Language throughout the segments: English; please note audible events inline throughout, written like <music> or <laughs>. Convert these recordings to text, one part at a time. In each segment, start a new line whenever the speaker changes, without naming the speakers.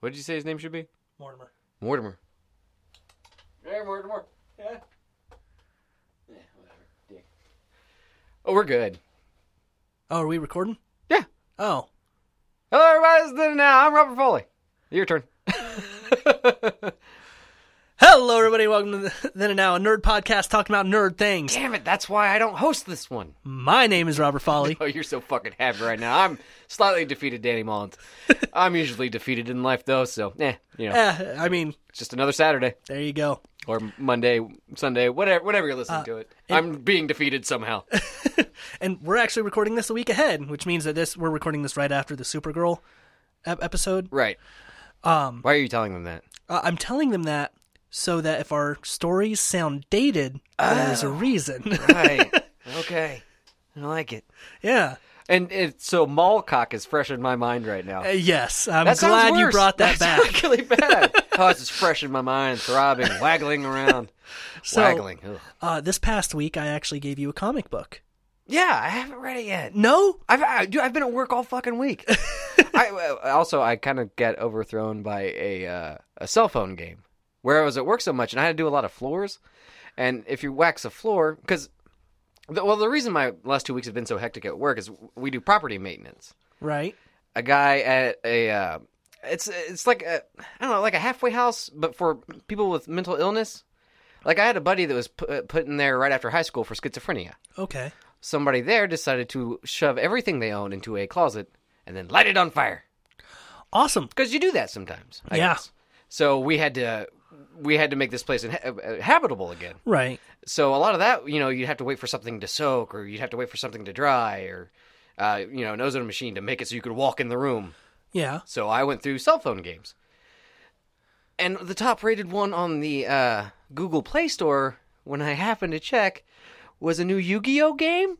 What did you say his name should be?
Mortimer.
Mortimer. Yeah, Mortimer. Yeah. Yeah, whatever. Dick. Oh, we're good.
Oh, are we recording?
Yeah.
Oh,
Hello, everybody. This is the now. I'm Robert Foley. Your turn.
hello everybody. Welcome to the <laughs> Then and Now, a nerd podcast talking about nerd things.
Damn it. That's why I don't host this one.
My name is Robert Folly.
<laughs> Oh, you're so fucking happy right now. I'm slightly defeated, Danny <laughs> Mullins. I'm usually defeated in life, though, so, eh, you know,
Eh, I mean,
it's just another Saturday
there you go.
or Monday, Sunday, whatever, whenever you're listening to Uh, it. I'm being defeated somehow.
And we're actually recording this a week ahead, which means that this we're recording this right after the Supergirl ep- episode.
right. <laughs> Um, why are you telling them that?
Uh, I'm telling them that so that if our stories sound dated, there's
Ah.
a reason.
<laughs>
<laughs>
Right. okay. I like it.
yeah.
And it, so Malcock is fresh in my mind right now.
Uh, yes, I'm
That sounds
glad you
worse.
brought that
That sounds <laughs>
back.
really
<laughs>
bad. oh, it's just fresh in my mind, throbbing, waggling around.
So-
waggling. Ugh.
Uh, this past week, I actually gave you a comic book.
Yeah, I haven't read it yet.
No,
I've I, dude, I've been at work all fucking week. I uh, also I kind of get overthrown by a uh, a cell phone game where I was at work so much and I had to do a lot of floors, and if you wax a floor because. Well, the reason my last two weeks have been so hectic at work is we do property maintenance.
right?
a guy at a uh, it's it's like a I don't know like a halfway house, but for people with mental illness. Like I had a buddy that was pu- uh, put in there right after high school for schizophrenia.
Okay.
Somebody there decided to shove everything they own into a closet and then light it on fire
Awesome.
because you do that sometimes. I
Yeah.
guess. So we had to we had to make this place inha- uh, habitable again.
Right.
So a lot of that, you know, you'd have to wait for something to soak, or you'd have to wait for something to dry, or uh, you know, an ozone machine to make it so you could walk in the room.
Yeah.
So I went through cell phone games. And the top rated one on the uh, Google Play Store, when I happened to check, was a new Yu Gi Oh game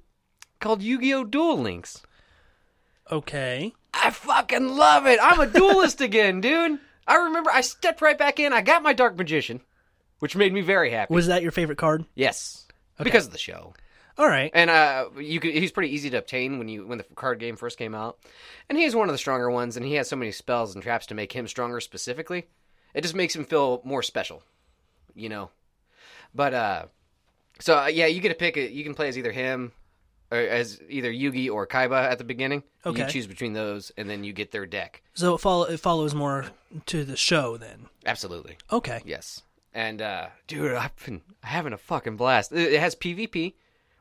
called Yu Gi Oh Duel Links.
Okay.
I fucking love it. I'm a duelist again, dude. I remember I stepped right back in. I got my Dark Magician, which made me very happy.
Was that your favorite card?
yes. Because of the show.
All right.
And uh, you could, he's pretty easy to obtain when you when the card game first came out, and he's one of the stronger ones. And he has so many spells and traps to make him stronger specifically. It just makes him feel more special, you know. But uh, so uh, yeah, you get to pick. It. You can play as either him, or as either Yugi or Kaiba at the beginning.
Okay.
You choose between those, and then you get their deck.
So it, follow, it follows more to the show then.
Absolutely.
Okay.
Yes. And uh, dude, I've been having a fucking blast. It it has PvP,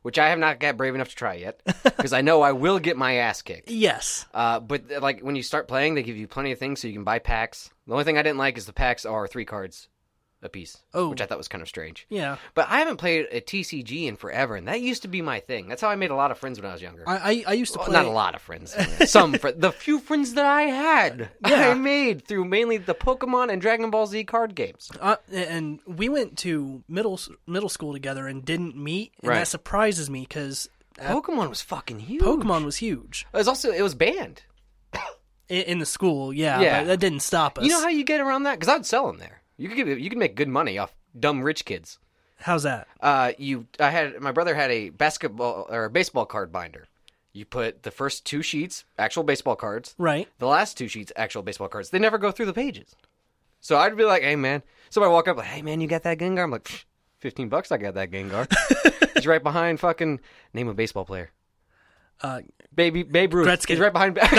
which I have not got brave enough to try
<laughs>
yet, because I know I will get my ass kicked.
Yes.
Uh, but uh, like when you start playing, they give you plenty of things, so you can buy packs. The only thing I didn't like is the packs are three cards a piece,
Oh.
which I thought was kind of strange.
Yeah.
But I haven't played a TCG in forever, and that used to be my thing. That's how I made a lot of friends when I was younger.
I, I, I used to
Well,
play.
not a lot of
<laughs>
friends. Some fr- the few friends that I had,
Yeah.
<laughs> I made through mainly the Pokemon and Dragon Ball Z card games.
Uh, and we went to middle s- middle school together and didn't meet, and
Right.
that surprises me because
Pokemon was fucking huge.
Pokemon was huge
It was also it was banned.
in, in the school. Yeah,
Yeah.
but that didn't stop us.
You know how you get around that? Because I'd sell them there. You could give, you could make good money off dumb rich kids.
How's that?
uh, you I had my brother had a basketball or a baseball card binder. You put the first two sheets actual baseball cards,
Right.
the last two sheets actual baseball cards. They never go through the pages. So I'd be like, "Hey man," somebody walk up like, "Hey man, you got that Gengar?" I'm like, "Psh, "15 bucks, I got that
<laughs>
Gengar." He's right behind fucking name a baseball player.
Uh,
Baby Babe Ruth.
Gretzky.
He's right behind.
<laughs>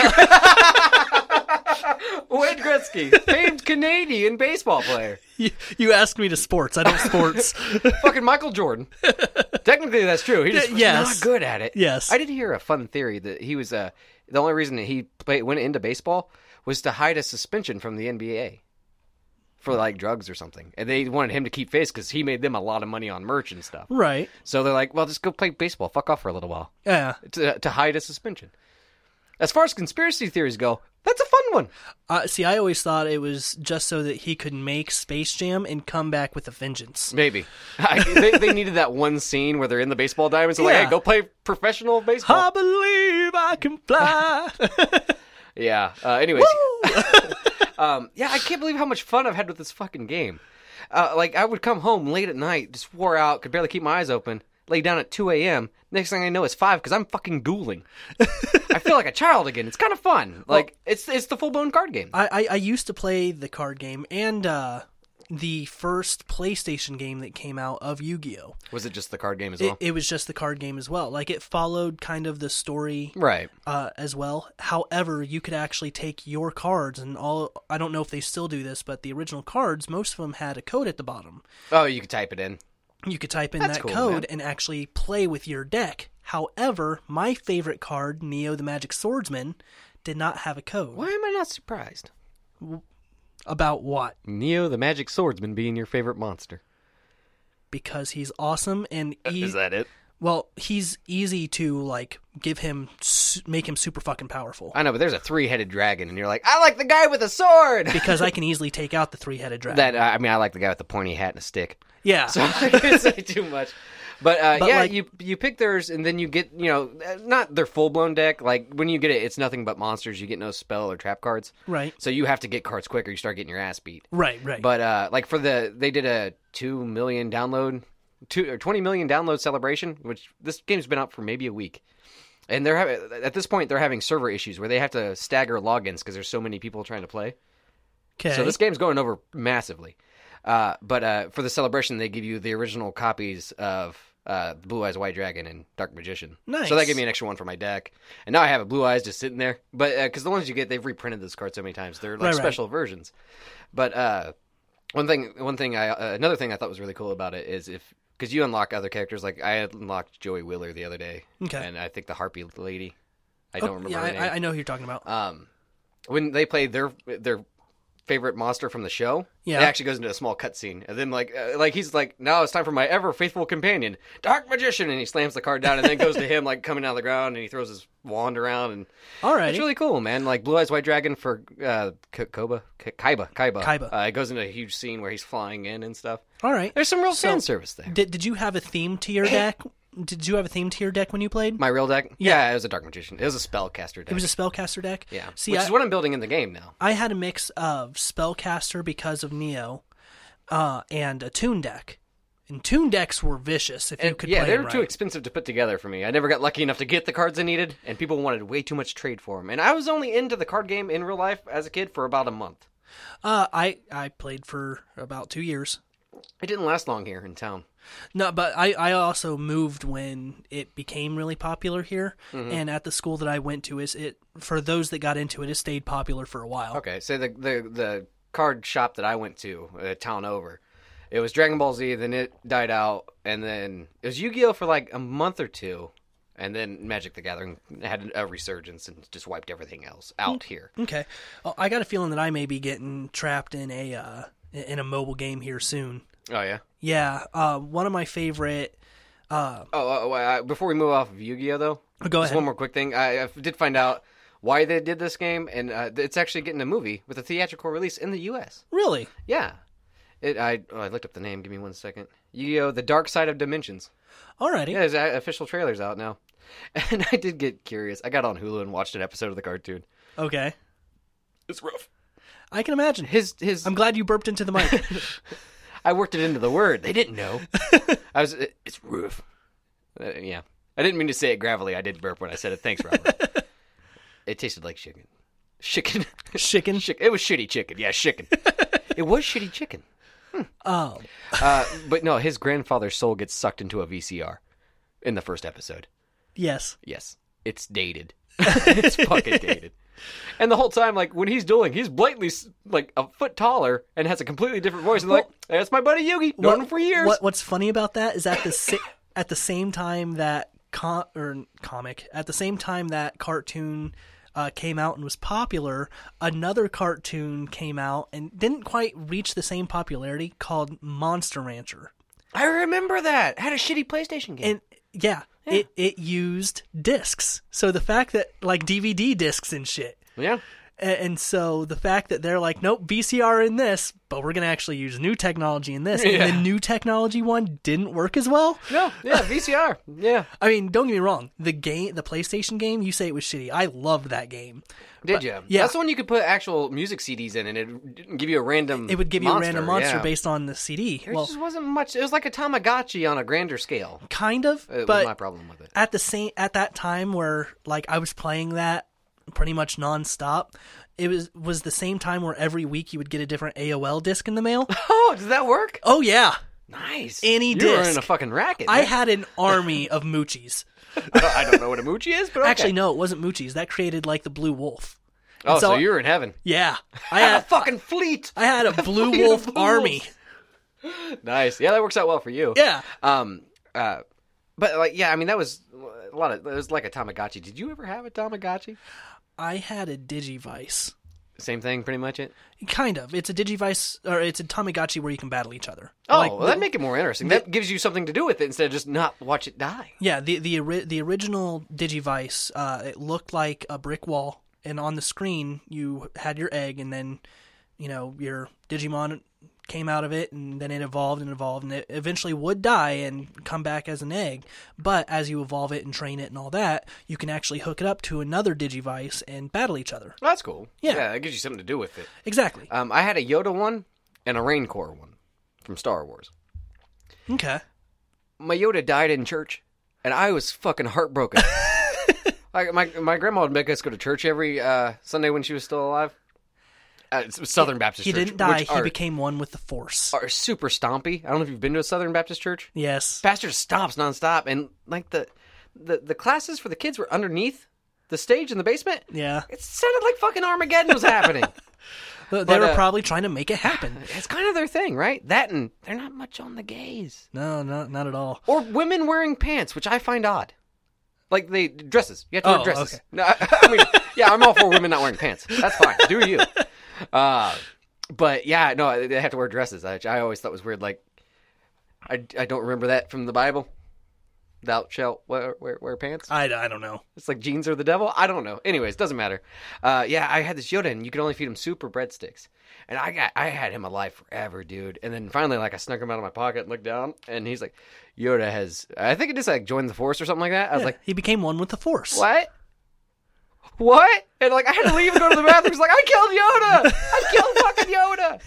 <laughs> Wayne Gretzky, famed Canadian baseball player.
<laughs> You, you asked me to sports. I don't sports.
fucking Michael
<laughs>
Jordan. Technically, that's true. He just
Y-
was
yes.
not good at it.
Yes.
I did hear a fun theory that he was uh, the only reason that he play, went into baseball was to hide a suspension from the NBA for like drugs or something, and they wanted him to keep face because he made them a lot of money on merch and stuff.
<laughs> right.
So they're like, "Well, just go play baseball. Fuck off for a little while uh,
Yeah.
to, to hide a suspension." As far as conspiracy theories go, that's a fun one.
Uh, see, I always thought it was just so that he could make Space Jam and come back with a vengeance.
Maybe <laughs> I, they, they needed that one scene where they're in the baseball diamonds. So
Yeah.
like, hey, go play professional baseball.
I believe I can fly.
Yeah. Uh, anyways, <laughs> um, yeah, I can't believe how much fun I've had with this fucking game. Uh, like I would come home late at night, just wore out, could barely keep my eyes open. lay down at 2 a.m. Next thing I know, it's five because I'm fucking dueling. I feel like a child again. It's kind of fun. Like it's it's the full blown card game.
<laughs> I, I I used to play the card game and uh, the first PlayStation game that came out of Yu-Gi-Oh.
Was it just the card game as
It,
well?
it was just the card game as well. Like it followed kind of the story
right.
uh, as well. However, you could actually take your cards and all. I don't know if they still do this, but the original cards, most of them had a code at the bottom.
Oh, you could type it in.
You could type in
That's
that
cool,
code
man.
and actually play with your deck. However, my favorite card, Neo the Magic Swordsman, did not have a code.
Why am I not surprised?
About what?
Neo, the magic swordsman, being your favorite monster.
Because he's awesome and he,
Is that it?
well, he's easy to like give him su- make him super fucking powerful.
I know, but there's a three headed dragon, and you're like, I like the guy with a sword.
because I can easily take out the three-headed dragon.
that uh, I mean, I like the guy with the pointy hat and a
<laughs>
stick. <laughs>
yeah.
So I can't say too much. But, uh,
But,
yeah,
like-
you you pick theirs, and then you get you know uh, not their full blown deck. Like when you get it, it's nothing but monsters. You get no spell or trap cards,
right.
so you have to get cards quicker. You start getting your ass beat.
Right, right.
But uh, like for the they did a two million download, two or twenty million download celebration, which this game's been out for maybe a week, and they're having at this point they're having server issues where they have to stagger logins because there's so many people trying to play.
okay.
So this game's going over massively. Uh, but uh, for the celebration, they give you the original copies of uh, Blue Eyes White Dragon and Dark Magician.
Nice.
So that gave me an extra one for my deck, and now I have a Blue Eyes just sitting there. But because the ones you get, they've reprinted this card so many times, they're like
Right, right.
special versions. But uh, one thing, one thing, I uh, another thing I thought was really cool about it is if because you unlock other characters, like I unlocked Joey Wheeler the other day,
Okay.
and I think the Harpy lady. I
Oh,
don't remember.
Yeah,
her name.
I, I know who you're talking about.
um, when they play their their favorite monster from the show,
Yeah.
it actually goes into a small cutscene, and then like uh, like he's like, now it's time for my ever faithful companion, Dark Magician, and he slams the card down, and then goes to him like coming out of the ground, and he throws his wand around, and
All right.
it's really cool, man. Like Blue Eyes White Dragon for uh, K- Koba, K- Kaiba, Kaiba,
Kaiba.
Uh, it goes into a huge scene where he's flying in and stuff.
All right.
There's some real
So-
fan service there.
Did, did you have a theme
<laughs>
to your deck? Did you have a theme to your deck when you played?
My real deck, yeah. it was a Dark Magician. It was a spellcaster deck.
It was a spellcaster deck.
yeah,
See,
which
I,
is what I'm building in the game now.
I had a mix of spellcaster because of Neo, uh, and a tune deck. And tune decks were vicious if you could
yeah,
play
they
them
were too
right.
expensive to put together for me. I never got lucky enough to get the cards I needed, and people wanted way too much trade for them. And I was only into the card game in real life as a kid for about a month.
uh, I I played for about two years.
It didn't last long here in town.
No, but I, I also moved when it became really popular here,
Mm-hmm.
and at the school that I went to is it for those that got into it, it stayed popular for a while.
Okay, so the the the card shop that I went to, a town over, it was Dragon Ball Z. Then it died out, and then it was Yu Gi Oh for like a month or two, and then Magic the Gathering had a resurgence and just wiped everything else out
Hmm.
here.
Okay, well, I got a feeling that I may be getting trapped in a uh, in a mobile game here soon.
Oh yeah.
Yeah, uh, one of my favorite.
Oh, oh, oh, uh, before we move off of Yu-Gi-Oh, though,
oh, go
just
ahead.
one more quick thing. I, I did find out why they did this game, and uh, it's actually getting a movie with a theatrical release in the U.S.
Really?
Yeah, it. I oh, I looked up the name. Give me one second. Yu-Gi-Oh! The Dark Side of Dimensions.
Alrighty.
Yeah, there's uh, official trailers out now, <laughs> and I did get curious. I got on Hulu and watched an episode of the cartoon.
Okay.
It's rough.
I can imagine.
His his.
I'm glad you burped into the mic.
<laughs> I worked it into the word. They didn't
<laughs>
know. I was. It, it's rough. Uh, yeah, I didn't mean to say it gravelly. I did burp when I said it. Thanks, Robert.
<laughs>
it tasted like chicken. Chicken.
Chicken.
Chick- It was shitty chicken. Yeah, chicken.
<laughs>
it was shitty chicken.
Oh,
Uh, but no, his grandfather's soul gets sucked into a VCR in the first episode.
yes.
Yes, it's dated. <laughs> it's fucking dated. And the whole time, like when he's dueling, he's blatantly s- like a foot taller and has a completely different voice. And like, that's my buddy Yugi, known him for years.
What, what's funny about that is at the si- <coughs> at the same time that com- or comic at the same time that cartoon uh, came out and was popular, another cartoon came out and didn't quite reach the same popularity called Monster Rancher.
I remember that. I had a shitty PlayStation game.
And yeah, it it used discs. So the fact that like DVD discs and shit.
yeah,
A- And so the fact that they're like, nope, VCR in this, but we're going to actually use new technology in this, and the
Yeah.
new technology one didn't work as well.
No,
<laughs>
yeah, VCR. Yeah.
I mean, don't get me wrong, the game, the PlayStation game, you say it was shitty. I loved that game.
Did you?
yeah.
That's the one you could put actual music CDs in, and it'd give you a random.
It would give you a random monster
yeah.
based on the CD.
There
well,
just wasn't much. It was like a Tamagotchi on a grander scale.
kind of,
It was
but
my problem with it.
at the same at that time where like I was playing that pretty much nonstop. It was was the same time where every week you would get a different AOL disc in
<laughs>
the mail.
<laughs> Oh, does that work?
oh yeah,
Nice.
Any
you were in
disc.
a fucking racket.
I
man.
had an army of Moochies.
I don't- <laughs> I don't know what a moochie is, but okay.
Actually, no, it wasn't Moochies. That created like the Blue Wolf.
Oh, so, uh,
so-
you were in heaven.
Yeah, I
<laughs> I had a
had
fucking fleet.
I had a Blue
Fleet of
Wolf
Blue
army.
Wolves. Nice. Yeah, that works out well for you.
Yeah,
Um. Uh. But like, yeah, I mean, that was a lot of. It was like a Tamagotchi. Did you ever have a Tamagotchi?
I had a Digivice.
Same thing, pretty much. It.
Kind of. It's a Digivice or it's a Tamagotchi where you can battle each other.
Oh,
Like,
well, that'd make it more interesting. that gives you something to do with it instead of just not watch it die.
Yeah, the the ori- the original Digivice, uh, it looked like a brick wall, and on the screen you had your egg, and then you know your Digimon came out of it, and then it evolved and evolved, and it eventually would die and come back as an egg. But as you evolve it and train it and all that, you can actually hook it up to another Digivice and battle each other.
Well, that's cool.
Yeah.
yeah, it gives you something to do with it.
Exactly.
Um, I had a Yoda one and a Raincore one from Star Wars.
Okay.
My Yoda died in church, and I was fucking
<laughs>
heartbroken. like my my grandma would make us go to church every uh, Sunday when she was still alive. Uh, it's Southern Baptist.
He
church,
didn't die.
which
He
are,
became one with the Force.
are super stompy. I don't know if you've been to a Southern Baptist church.
Yes.
Pastor stomps nonstop, and like the the the classes for the kids were underneath the stage in the basement.
Yeah.
It sounded like fucking Armageddon was
<laughs>
happening.
They
But,
were
uh,
probably trying to make it happen. <laughs>
It's kind of their thing, right? That and they're not much on the gays.
No, not not at all.
or women wearing pants, which I find odd. Like they dresses, you have to
Oh,
wear dresses.
okay.
No, <laughs> I, I mean, yeah, I'm all for women not wearing pants. That's fine. Do
<laughs>
you? Uh, but yeah, no, they have to wear dresses. I, I always thought was weird. Like, I, I don't remember that from the Bible. Thou shalt wear, wear, wear pants.
I, I don't know.
It's like jeans are the devil. I don't know. Anyways, doesn't matter. Uh, yeah, I had this Yoda, and you could only feed him super breadsticks, and I got I had him alive forever, dude. And then finally, like I snuck him out of my pocket and looked down, and he's like, Yoda has. I think it just like joined the force or something like that. I was like,
he became one with the Force.
what? What? And like I had to leave and go to the bathroom. He's like, I killed Yoda. I killed fucking Yoda.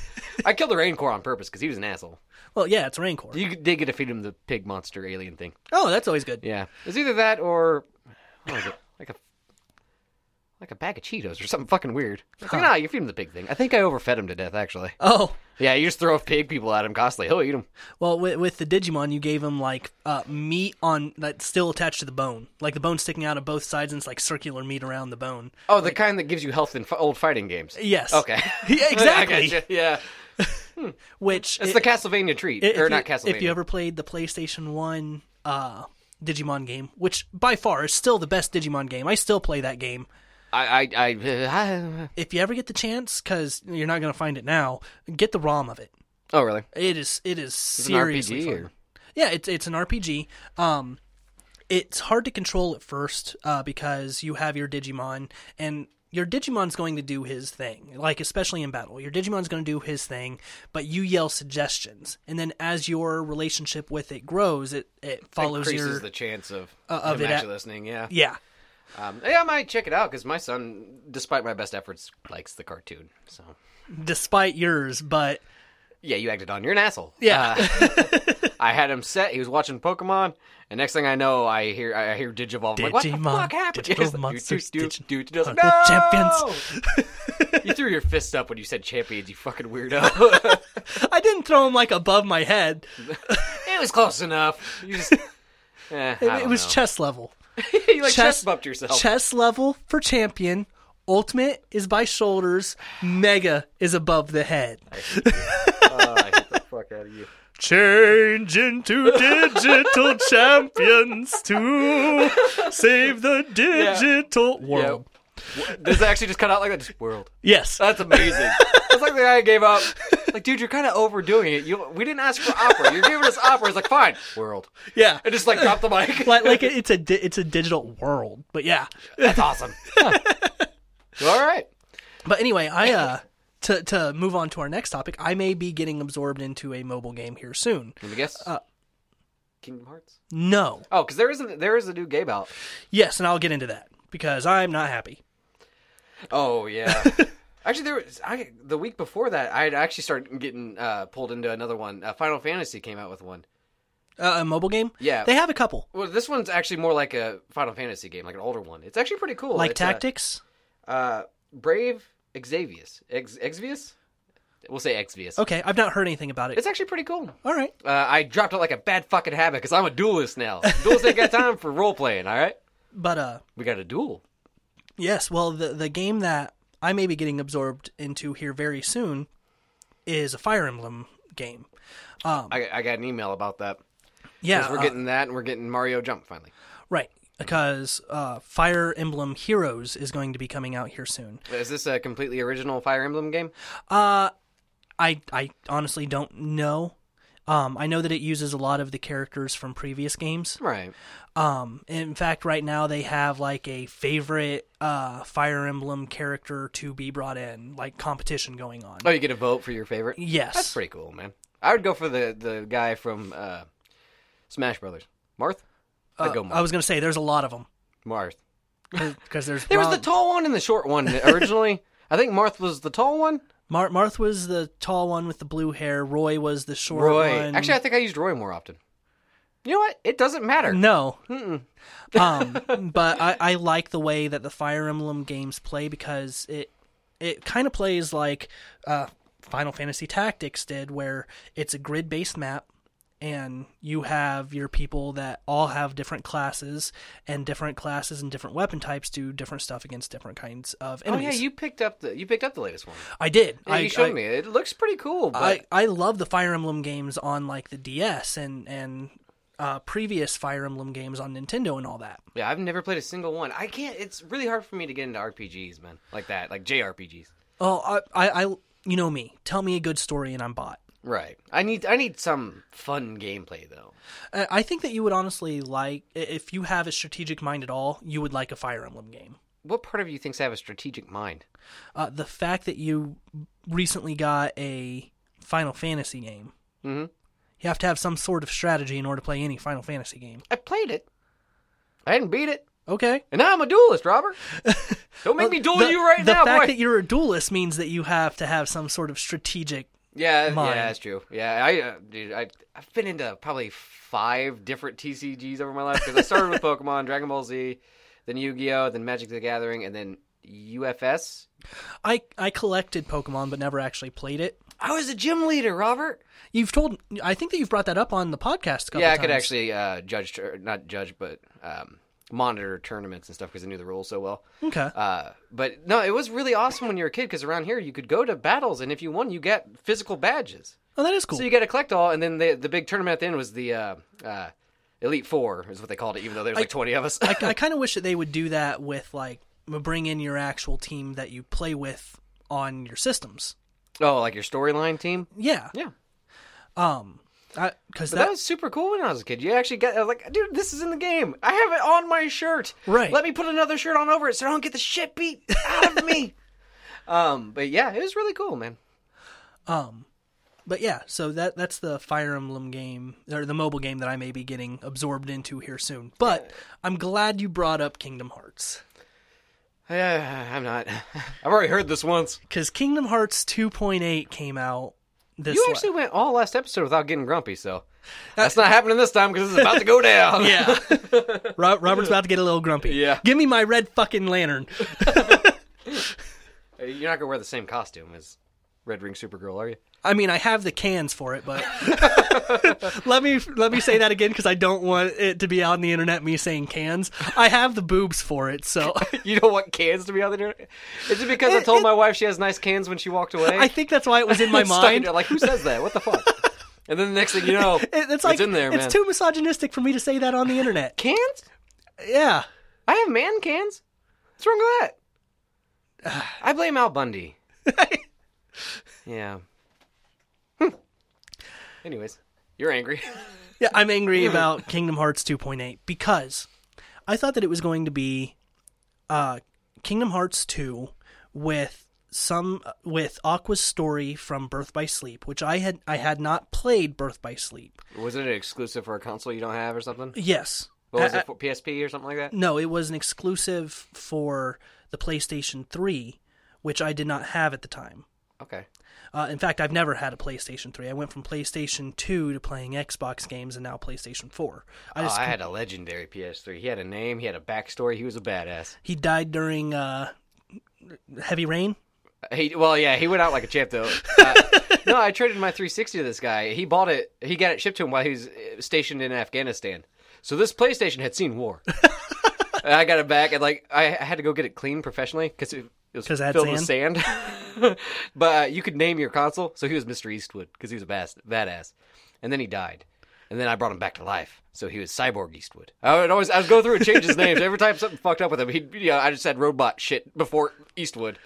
I killed the Raincore on purpose because he was an asshole.
Well, yeah, it's Rancor.
You did get to feed him the pig monster alien thing.
Oh, that's always good.
Yeah, it's either that or what was it? like a like a bag of Cheetos or something fucking weird. It's like, nah, you feed him the pig thing. I think I overfed him to death actually.
Oh,
Yeah, you just throw pig people at him constantly. He'll eat them.
well, with, with the Digimon, you gave him like uh, meat on that's still attached to the bone, like the bone sticking out of both sides, and it's like circular meat around the bone.
Oh, the kind that gives you health in f- old fighting games.
Yes.
Okay.
<laughs>
<laughs>
Yeah,
I
exactly.
gotcha. Yeah,
Which
it's
i-
the Castlevania treat,
if
or
you-
not Castlevania.
If you ever played the PlayStation One uh, Digimon game, which by far is still the best Digimon game, I still play that game.
I, I, I,
If you ever get the chance, because you're not going to find it now, get the ROM of it.
oh really?
It is it is
an
seriously
RPG,
fun.
or-
Yeah, it's it's an RPG. Um, it's hard to control at first uh, because you have your Digimon and your Digimon's going to do his thing. Like especially in battle, your Digimon's going to do his thing, but you yell suggestions, and then as your relationship with it grows, it it follows
Increases
your
the chance uh, of
of
him
it at-
actually listening. Yeah.
yeah.
Um, yeah, I might check it out because my son, despite my best efforts, likes the cartoon. So
Despite yours, but
yeah, you acted on. You're an asshole.
yeah,
Uh. I had him set. He was watching Pokemon, and next thing I know, I hear I hear Digivolve. I'm like, what the
Digimon,
fuck happened?
digital
It's like,
monsters,
dude,
digi-
dude, dude,
are
dude,
the
champions. <laughs> you threw your fist up when you said champions. You fucking weirdo.
<laughs> <laughs> I didn't throw him like above my head.
it was close enough. You
<laughs>
just. Eh, I
It
don't
was
know.
chest level.
you like
chest-
chest bumped yourself.
Chess level for champion. Ultimate is by shoulders. Mega is above the head.
Oh, I
<laughs>
hate the fuck out of you.
Change into <laughs> digital champions to save the digital world. Uh,
Yeah. Does it actually just cut out like that? Just world.
Yes.
That's amazing.
<laughs>
That's like the guy gave up. Like, dude, you're kind of overdoing it. You, we didn't ask for opera. You're giving us opera. It's like, fine, world.
yeah.
And just like drop the mic.
Like, like it's a di- it's a digital world, but yeah,
That's awesome. Huh. All right.
But anyway, I uh to to move on to our next topic, I may be getting absorbed into a mobile game here soon.
Let me guess.
Uh,
Kingdom Hearts.
No.
Oh, because there isn't there is a new game out.
Yes, and I'll get into that because I'm not happy.
Oh
<laughs>
yeah. actually, there was I the week before that I had actually started getting uh, pulled into another one. Uh, Final Fantasy came out with one.
Uh, a mobile game?
Yeah.
They have a couple.
Well, this one's actually more like a Final Fantasy game, like an older one. It's actually pretty cool.
Like
It's, uh,
Tactics?
uh, Brave Xavius. Ex- Exvius? We'll say Exvius.
Okay, I've not heard anything about it.
It's actually pretty cool.
All right.
Uh, I dropped it like a bad fucking habit because I'm a duelist now. Duelists ain't got time for role playing. All right,
But uh
we got a duel.
Yes, well, the the game that I may be getting absorbed into here very soon is a Fire Emblem game.
I, I got an email about that. 'Cause
Yeah,
we're
uh,
getting that, and we're getting Mario Jump finally.
right. Because uh, Fire Emblem Heroes is going to be coming out here soon. Uh,
Is this a completely original Fire Emblem game?
I I honestly don't know. Um, I know that it uses a lot of the characters from previous games.
Right.
Um, in fact, right now they have like a favorite uh, Fire Emblem character to be brought in, like competition going on.
Oh, you get a vote for your favorite.
Yes,
That's pretty cool, man. I would go for the the guy from uh, Smash Brothers, Marth. I'd
Uh, oh.
go Marth.
I was gonna say there's a lot
<laughs>
of them
Marth.
because there's
There was
Rob-
the tall one and the short
<laughs>
one originally. I think Marth was the tall one.
Mar- Marth was the tall one with the blue hair. Roy was the short
Roy.
one.
Actually, I think I used Roy more often. You know what? It doesn't matter.
no. um, but I, I like the way that the Fire Emblem games play because it it kind of plays like uh, Final Fantasy Tactics did, where it's a grid based map. And you have your people that all have different classes, and different classes and different weapon types do different stuff against different kinds of
Oh
enemies.
yeah, you picked up the you picked up the latest one.
I did.
Yeah,
I,
you showed
I-
me. It looks pretty cool. But
I, I love the Fire Emblem games on like the DS and and uh, previous Fire Emblem games on Nintendo and all that.
yeah, I've never played a single one. I can't. It's really hard for me to get into RPGs, man. Like that, like JRPGs.
Oh, I, I, I you know me. Tell me a good story and I'm bought.
Right. I need I need some fun gameplay though.
Uh, I think that you would honestly like i- if you have a strategic mind at all, you would like a Fire Emblem game.
What part of you thinks I have a strategic mind?
Uh, the fact that you recently got a Final Fantasy game.
Mhm.
You have to have some sort of strategy in order to play any Final Fantasy game.
I played it. I didn't beat it,
Okay.
and now I'm a duelist, <laughs> Robert. Don't make me duel
the,
you right
the
now,
fact
boy.
that you're a duelist means that you have to have some sort of strategic
Yeah,
mine.
yeah, that's true. Yeah, I, uh, dude, I, I've been into probably five different TCGs over my life because I started <laughs> with Pokemon, Dragon Ball Z, then Yu-Gi-Oh, then Magic the Gathering, and then UFS.
I I collected Pokemon but never actually played it.
I was a gym leader, Robert.
You've told I think that you've brought that up on the podcast. A couple
yeah, I
times.
could actually uh, judge, tur- not judge, but um, monitor tournaments and stuff because I knew the rules so well.
Okay.
Uh, but no, it was really awesome when you were a kid because around here you could go to battles and if you won, you got physical badges.
oh, that is cool.
So you got to collect all, and then the the big tournament at the end was the uh, uh, Elite Four, is what they called it, even though there's like twenty of us.
I, I kind of wish that they would do that with like bring in your actual team that you play with on your systems.
<laughs> oh, like your storyline team.
Yeah.
Yeah.
Um.
But
Because that,
that was super cool when I was a kid. You actually got I was like, dude, this is in the game. I have it on my shirt.
Right.
Let me put another shirt on over it so I don't get the shit beat out of <laughs> me. um, but yeah, it was really cool, man.
but yeah. So that that's the Fire Emblem game or the mobile game that I may be getting absorbed into here soon. But I'm glad you brought up Kingdom Hearts.
Yeah, I'm not. I've already heard this once.
Because Kingdom Hearts 2.8 came out this
You
la-
actually went all last episode without getting grumpy, so that's not happening this time because it's about to <laughs> go down.
Yeah. <laughs> Ro- Robert's about to get a little grumpy.
Yeah.
Give me my red fucking lantern.
You're not gonna wear the same costume as Red Ring Supergirl, are you?
I mean, I have the cans for it, but <laughs> let me let me say that again because I don't want it to be out on the internet. Me saying cans, I have the boobs for it, so
You don't want cans to be on the internet? Is it because I told my wife she has nice cans when she walked away?
I think that's why it was
<laughs>
in my
It's stuck in
mind.
there, like, who says that? What the <laughs> fuck? and then the next thing you <laughs> know,
It- it's like
in there, man.
it's too misogynistic for me to say that on the internet.
cans?
Yeah,
I have man cans. What's wrong with <sighs> that? I blame Al <laughs> Bundy. yeah. Hmm. <laughs> Anyways, you're angry. <laughs>
yeah. I'm angry
Hmm.
about Kingdom Hearts 2.8 because I thought that it was going to be uh, Kingdom Hearts 2 with some with Aqua's story from Birth by Sleep, which I had I had not played Birth by Sleep.
Was it an exclusive for a console you don't have or something?
Yes.
What was
I-
it for PSP or something like that?
No, it was an exclusive for the PlayStation 3, which I did not have at the time.
Okay.
Uh, in fact, I've never had a PlayStation 3. I went from PlayStation 2 to playing Xbox games and now PlayStation 4. I
Oh,
just
I had a legendary PS3. He had a name. He had a backstory. He was a badass.
he died during uh, heavy rain.
He well, yeah, he went out like a champ though. Uh, no, I traded my 360 to this guy. He bought it. He got it shipped to him while he was uh, stationed in Afghanistan. So this PlayStation had seen war. And I got it back, and like I I had to go get it cleaned professionally because it, it was
'Cause it had
filled with sand. <laughs> but uh, you could name your console, so he was Mr. Eastwood because he was a bas- badass. And then he died, and then I brought him back to life, so he was Cyborg Eastwood. I would always I would go through and change his names every time something fucked up with him. He, you know, I just had robot shit before Eastwood,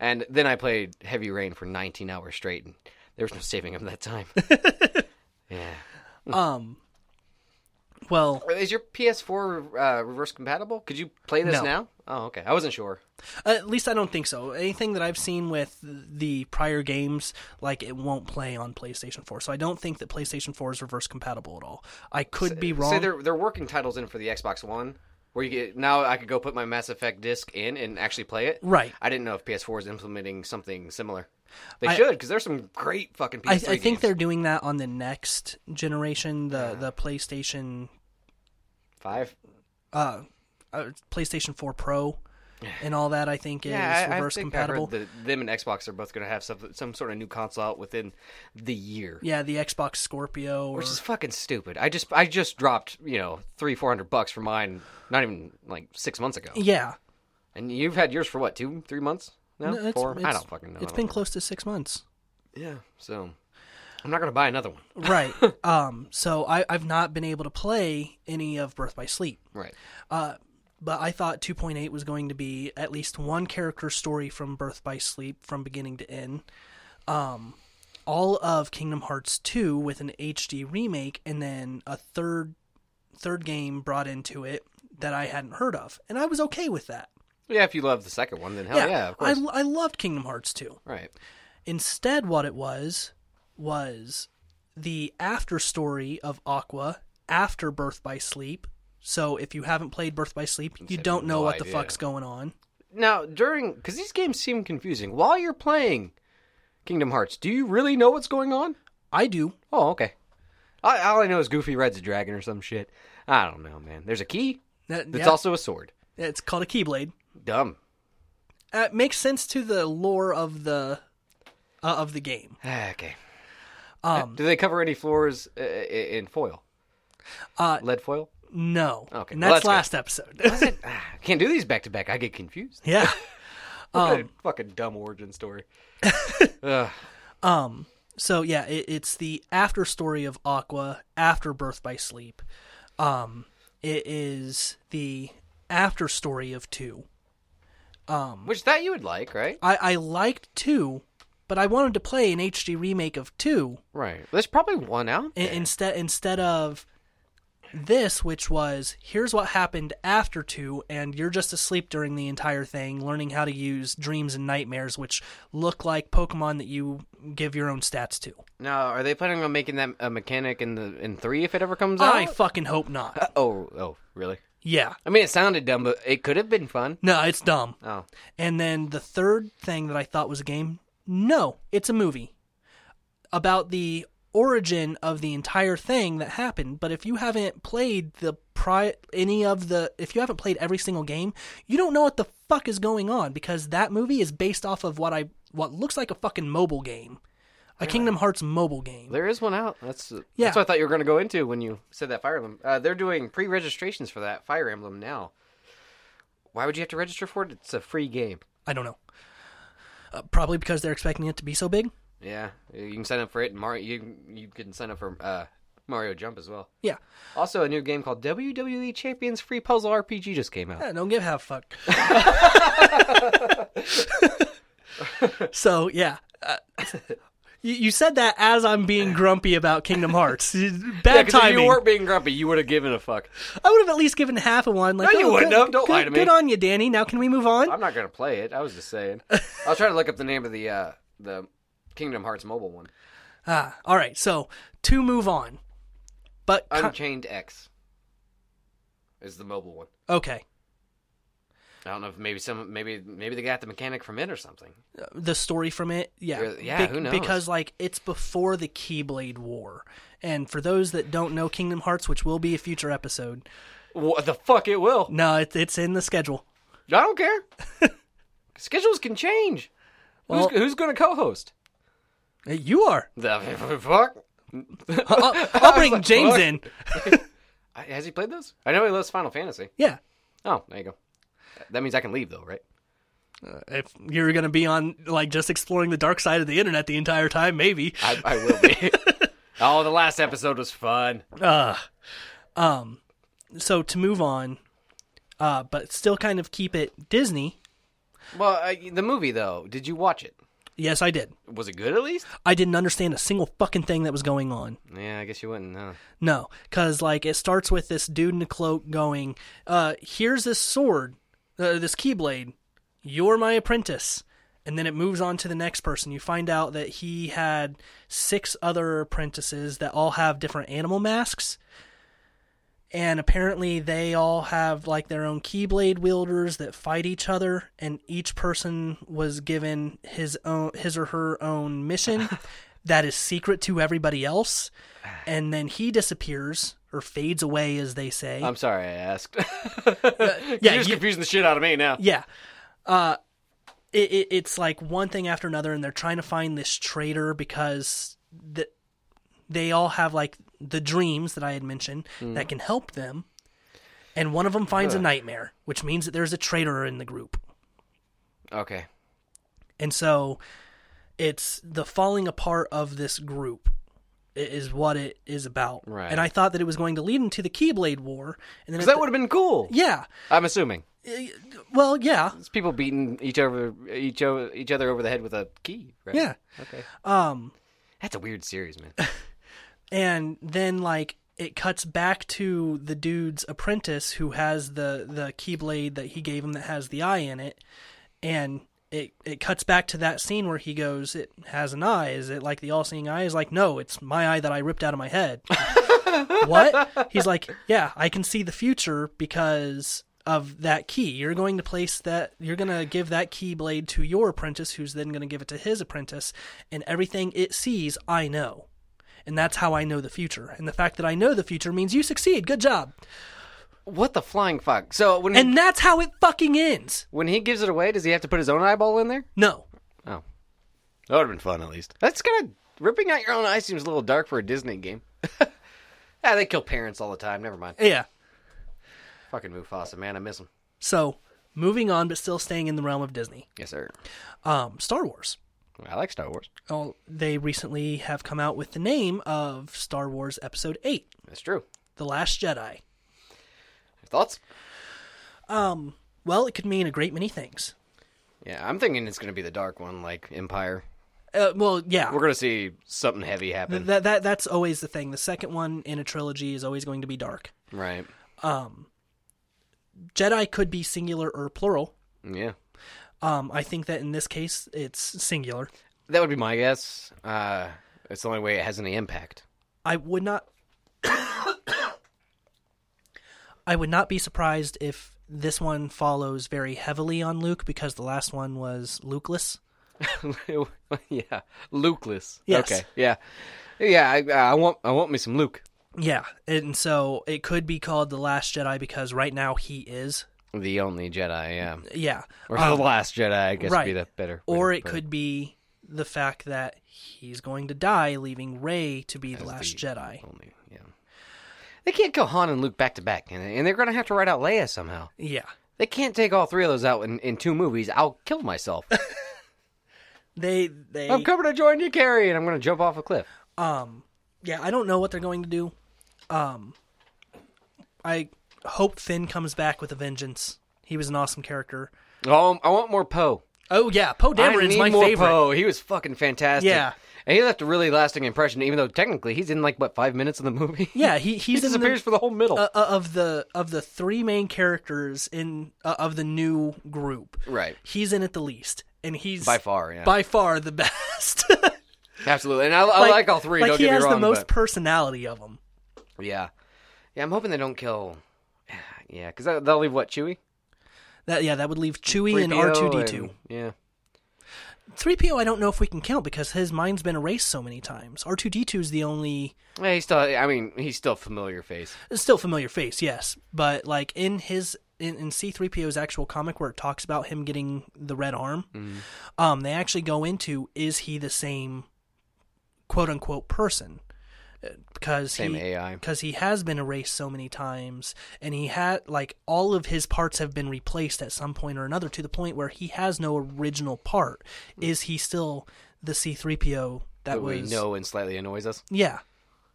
and then I played Heavy Rain for 19 hours straight, and there was no saving him that
<laughs>
time. yeah,
Um, well,
is your PS4 uh, reverse compatible? Could you play this
No.
now? Oh, okay. I wasn't sure.
at least I don't think so. Anything that I've seen with the prior games, like it won't play on PlayStation 4. So I don't think that PlayStation 4 is reverse compatible at all. I could be wrong.
Say they're they're working titles in for the Xbox One, where you get now I could go put my Mass Effect disc in and actually play it.
Right.
I didn't know if PS4 is implementing something similar. They should, 'cause should because there's some great fucking PS3
I, I think
games.
they're doing that on the next generation, the the PlayStation
five.
uh, uh, PlayStation 4 Pro and all that. I think is reverse compatible.
I heard that them and Xbox are both going to have some some sort of new console out within the year,
yeah, the Xbox Scorpio. Or,
which is fucking stupid. I just I just dropped you know three four hundred bucks for mine not even like six months ago,
yeah,
and you've had yours for what two three months now
No, it's-
four I
it's-
don't fucking know. I
It's
don't
been close to
<laughs>
six months.
Yeah, so I'm not gonna buy another one.
right. Um. So I I've not been able to play any of Birth by Sleep.
Right.
Uh, But I thought 2.8 was going to be at least one character story from Birth by Sleep from beginning to end. Um, all of Kingdom Hearts 2 with an HD remake and then a third third game brought into it that I hadn't heard of. And I was okay with that.
Yeah, if you love the second one, then hell Oh, yeah, of course.
I, I loved Kingdom Hearts 2.
Right.
Instead, what it was was the after story of Aqua after Birth by Sleep. So if you haven't played Birth by Sleep, you
have
don't know
no
what the
idea.
fuck's going on.
Now during because these games seem confusing. While you're playing Kingdom Hearts, do you really know what's going on?
I do.
Oh, okay. I, all I know is Goofy Red's a dragon or some shit. I don't know, man. There's a key
That,
that's
yeah,
also a sword.
it's called a Keyblade.
Dumb. <sighs>
Uh, it makes sense to the lore of the uh, of the game.
Ah, okay. Uh,
Um,
Do they cover any floors uh, i- in foil?
Uh,
Lead foil?
No.
Okay,
And
well,
that's
that's good.
last episode. <laughs>
<sighs> Ah, can't do these back to back. I get confused.
yeah.
What
Um,
a fucking dumb origin story. Ugh.
So yeah, it, it's the after story of Aqua after Birth by Sleep. Um, it is the after story of two. um,
Which that you would like, right?
I, I liked two, but I wanted to play an HD remake of two
Right. There's probably one out.
i- instead instead of this, which was here's what happened after two, and you're just asleep during the entire thing, learning how to use dreams and nightmares, which look like Pokemon that you give your own stats to.
No, are they planning on making that a mechanic in the in three if it ever comes
I
out?
fucking hope not.
oh, oh, really?
Yeah.
I mean, it sounded dumb, but it could have been fun.
No, it's dumb.
Oh,
And then the third thing that I thought was a game, no, it's a movie about the origin of the entire thing that happened. But if you haven't played the pri- any of the if you haven't played every single game, you don't know what the fuck is going on because that movie is based off of what I what looks like a fucking mobile game. A Kingdom Hearts mobile game.
there is one out. That's
Yeah.
That's what I thought you were going to go into when you said that Fire Emblem. Uh, they're doing pre-registrations for that Fire Emblem now. Why would you have to register for it? It's a free game.
I don't know. Uh, probably because they're expecting it to be so big.
Yeah, you can sign up for it, and Mario. You you can sign up for uh, Mario Jump as well.
Yeah.
Also, a new game called WWE Champions Free Puzzle RPG just came out.
Yeah, Eh, don't give
<laughs>
half a fuck. so yeah, uh, You, you said that as I'm being grumpy about Kingdom Hearts. Bad
<laughs> Yeah, 'cause if
timing.
you weren't being grumpy, you would have given a fuck.
I would have at least given half of one. Like,
No, you
oh,
wouldn't
good-
have. Don't lie
good-
to me. Uh,
Good on you, Danny. Now can we move on?
I'm not gonna play it. I was just saying. I was trying to look up the name of the uh, the Kingdom Hearts mobile one.
Ah, all right. So to move on, but con-
Unchained X is the mobile one.
okay.
I don't know if maybe some maybe maybe they got the mechanic from it or something.
Uh, the story from it. Yeah,
Really? Yeah, who knows?
Because like it's before the Keyblade War, and for those that don't know Kingdom Hearts, which will be a future episode,
What the fuck it will.
no, it, it's in the schedule.
I don't care. Schedules can change.
Well-
who's, who's gonna co-host?
Uh, You <laughs> are.
The <laughs> fuck.
I'll, I'll bring
like,
James
what?
in.
I- Has he played those? I know he loves Final Fantasy.
Yeah,
Oh, there you go. That means I can leave though, right?
if you're gonna be on like just exploring the dark side of the internet the entire time, maybe.
I, I will be. oh, the last episode was fun.
So to move on, uh, but still kind of keep it Disney.
Well, uh, the movie though, did you watch it?
Yes, I did.
Was it good at least?
I didn't understand a single fucking thing that was going on.
Yeah, I guess you wouldn't. Huh?
No, because like it starts with this dude in a cloak going, uh, "Here's this sword, uh, this keyblade. You're my apprentice." And then it moves on to the next person. You find out that he had six other apprentices that all have different animal masks. And apparently, they all have like their own keyblade wielders that fight each other, and each person was given his own, his or her own mission that is secret to everybody else. And then he disappears or fades away, as they say.
I'm sorry I asked.
yeah,
<laughs> You're Uh, just
you-
confusing the shit out of me now.
Yeah. Uh, it, it, it's like one thing after another, and they're trying to find this traitor because the, they all have like the dreams that I had mentioned
Hmm.
that can help them. And one of them finds a nightmare, which means that there's a traitor in the group.
Okay.
And so it's the falling apart of this group i- is what it is about.
Right.
And I thought that it was going to lead into the Keyblade War. And then
'Cause
at
that
the-
would have been cool.
yeah.
I'm assuming.
Well, yeah.
It's people beating each over each over each other over the head with a key, right?
Yeah.
Okay.
Um
That's a weird series, man.
and then like it cuts back to the dude's apprentice who has the the keyblade that he gave him that has the eye in it and it it cuts back to that scene where he goes it has an eye is it like the all-seeing eye is like no it's my eye that i ripped out of my head what he's like yeah i can see the future because of that key you're going to place that you're going to give that keyblade to your apprentice who's then going to give it to his apprentice and everything it sees i know and that's how I know the future. And the fact that I know the future means you succeed. Good job.
<laughs> what the flying fuck? So when he,
And that's how it fucking ends.
when he gives it away, does he have to put his own eyeball in there?
No.
Oh, that would have been fun at least. That's kind of ripping out your own eye seems a little dark for a Disney game. <laughs> ah, they kill parents all the time. Never mind.
Yeah.
Fucking Mufasa, man, I miss him.
So, moving on, but still staying in the realm of Disney.
Yes, sir.
Um, Star Wars.
I like Star Wars.
Oh, they recently have come out with the name of Star Wars Episode 8,
That's true.
The Last Jedi.
Thoughts?
Well, it could mean a great many things.
Yeah, I'm thinking it's gonna be the dark one, like Empire.
Uh, well, yeah.
We're gonna see something heavy happen,
That, that that's always the thing. The second one in a trilogy is always going to be dark.
right?
Jedi could be singular or plural.
Yeah,
Um, I think that in this case, it's singular.
that would be my guess. Uh, it's the only way it has any impact. <laughs>
I would not. I would not be surprised if this one follows very heavily on Luke because the last one was Lukeless.
yeah, Lukeless.
Yes.
Okay. Yeah, yeah. I, I want I want me some Luke.
Yeah, and so it could be called the Last Jedi because right now he is.
The only Jedi. Yeah.
Yeah,
Or the last Jedi, I guess, would be the
Uh, right.
better. way
or
to
it
put
could be the fact that he's going to die, leaving Rey to be the Last
the-
Jedi.
Only, yeah. They can't go Han and Luke back to back, and, and they're going to have to write out Leia somehow.
Yeah,
They can't take all three of those out in, in two movies. I'll kill myself.
they they
I'm coming to join you, Carrie, and I'm going to jump off a cliff.
yeah, I don't know what they're going to do. Um, I hope Finn comes back with a vengeance. He was an awesome character.
Oh, I want more Poe.
Oh yeah, Poe
I
Dameron's
need
my
more
favorite.
Poe. He was fucking fantastic.
Yeah.
And he left a really lasting impression, even though technically he's in like what five minutes of the movie.
Yeah, he
<laughs> he
he's in the,
disappears for the whole middle.
uh, uh, of the of the three main characters in uh, of the new group.
right,
He's in it the least, and he's
by far. Yeah,
by far the <laughs> best.
absolutely. And I, I like all three.
Like
don't
he
get me
has
wrong.
the most
but-
personality of them.
yeah, yeah. I'm hoping they don't kill. <sighs> Yeah, because they'll leave what Chewie,
That yeah, that would leave Chewie and
3PO
R two D two.
and- Yeah,
Three PO, I don't know if we can count because his mind's been erased so many times. R two D two is the only
yeah. He's still. I mean, he's still a familiar face.
still familiar face, yes, but like in his in, in C3PO's actual comic where it talks about him getting the red arm, um, they actually go into is he the same quote unquote person? Uh, Because
Same
he,
AI.
because he has been erased so many times, and he had like all of his parts have been replaced at some point or another to the point where he has no original part. Is he still the C3PO that
Hmm. That we
was?
know and slightly annoys us.
Yeah,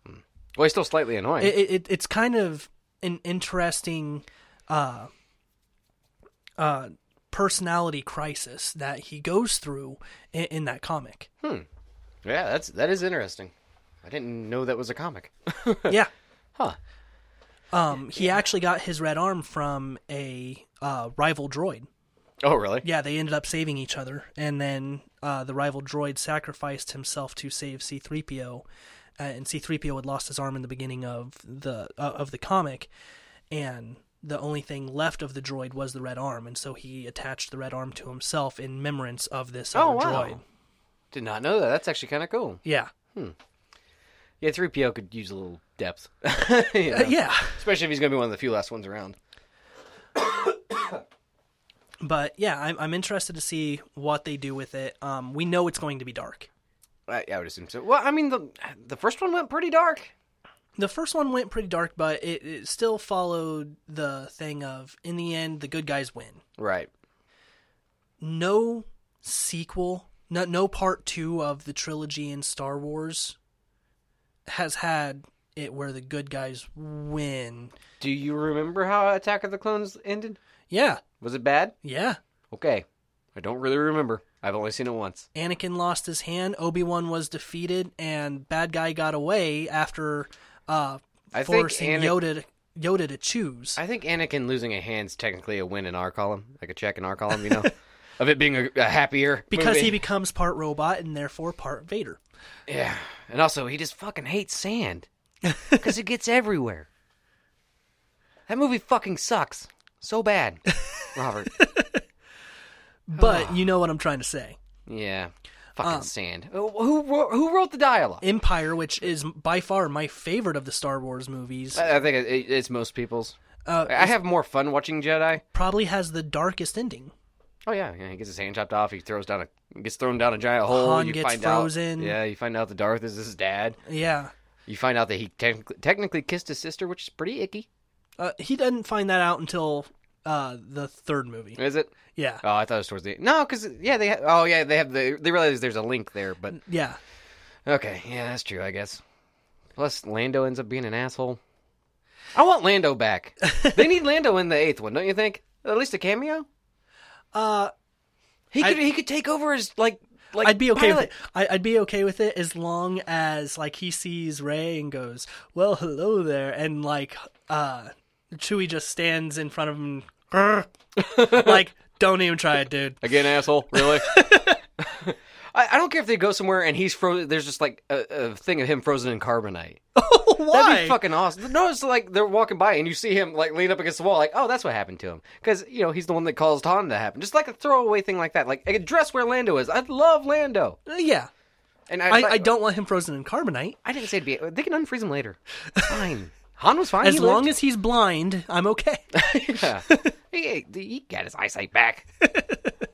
Well, he's still slightly annoying.
it, it, it- it's kind of an interesting uh, uh, personality crisis that he goes through in, in that comic.
yeah, that's that is interesting. I didn't know that was a comic.
yeah.
Huh.
Um, he actually got his red arm from a uh, rival droid.
<laughs> Oh, really?
Yeah, they ended up saving each other, and then uh, the rival droid sacrificed himself to save C-3PO, uh, and C-3PO had lost his arm in the beginning of the uh, of the comic, and the only thing left of the droid was the red arm, and so he attached the red arm to himself in remembrance of this
Oh,
other
wow.
droid.
Did not know that. That's actually kind of cool.
Yeah,
Yeah, three PO could use a little <laughs> depth.
Uh,
yeah.
yeah.
Especially if he's gonna be one of the few last ones around.
But yeah, I'm I'm interested to see what they do with it. Um, we know it's going to be dark.
I, I would assume so. Well, I mean the the first one went pretty dark.
The first one went pretty dark, but it, it still followed the thing of in the end the good guys win.
Right.
no sequel, no, no part two of the trilogy in Star Wars has had it where the good guys win.
Do you remember how Attack of the Clones ended?
Yeah,
Was it bad?
yeah.
Okay. I don't really remember. I've only seen it once.
Anakin lost his hand, Obi Wan was defeated, and bad guy got away after uh,
I think
forcing
Ana-
Yoda to, Yoda to choose.
I think Anakin losing a hand's technically a win in our column, like a check in our column, <laughs> you know, of it being a, a happier
because he
movie.
becomes part robot and therefore part Vader.
yeah, and also he just fucking hates
<laughs>
sand because it gets everywhere. That movie fucking sucks so
<laughs>
bad, Robert.
But you know what I'm trying to say.
yeah, fucking
Um,
sand. Who who wrote- who wrote the dialogue?
Empire, which is by far my favorite of the Star Wars movies,
I I think it, it, it's most people's.
Uh,
I have more fun watching Jedi.
probably has the darkest ending.
Oh yeah, yeah, he gets his hand chopped off. He throws down a gets thrown down a giant hole.
Han
you
gets
find
frozen.
Out, yeah, you find out that Darth is his dad.
Yeah.
You find out that he technically, technically kissed his sister, which is pretty icky.
Uh, he doesn't find that out until uh, the third movie.
Is it?
Yeah.
Oh, I thought it was towards the no, because yeah, they ha- oh yeah they have the they realize there's a link there, but
Yeah.
okay, yeah, that's true, I guess. Plus, Lando ends up being an asshole. I want Lando
<laughs>
back. they need Lando in the eighth one, don't you think? At least a cameo.
Uh,
He could he could take over as like like
I'd be okay. With
pilot.
it. I, I'd be okay with it as long as like he sees Ray and goes, "Well, hello there," and like uh, Chewie just stands in front of him, "Grr." like, <laughs> "Don't even try it, dude."
Again, asshole.
<laughs>
Really? <laughs> I, I don't care if they go somewhere and he's frozen. There's just like a, a thing of him frozen in carbonite. That'd
Why?
be fucking awesome. No, it's like they're walking by and you see him like lean up against the wall, like, oh, that's what happened to him. Because, you know, he's the one that caused Han to happen. Just like a throwaway thing like that. Like, a dress where Lando is. I love Lando.
Uh, yeah.
And
I,
I,
I don't want him frozen in carbonite.
I didn't say it'd be. They can unfreeze him later. Fine. Han was fine.
As
he
long
lived.
as he's blind, I'm okay.
<laughs>
<laughs>
yeah. he, he got his eyesight
<laughs>
back.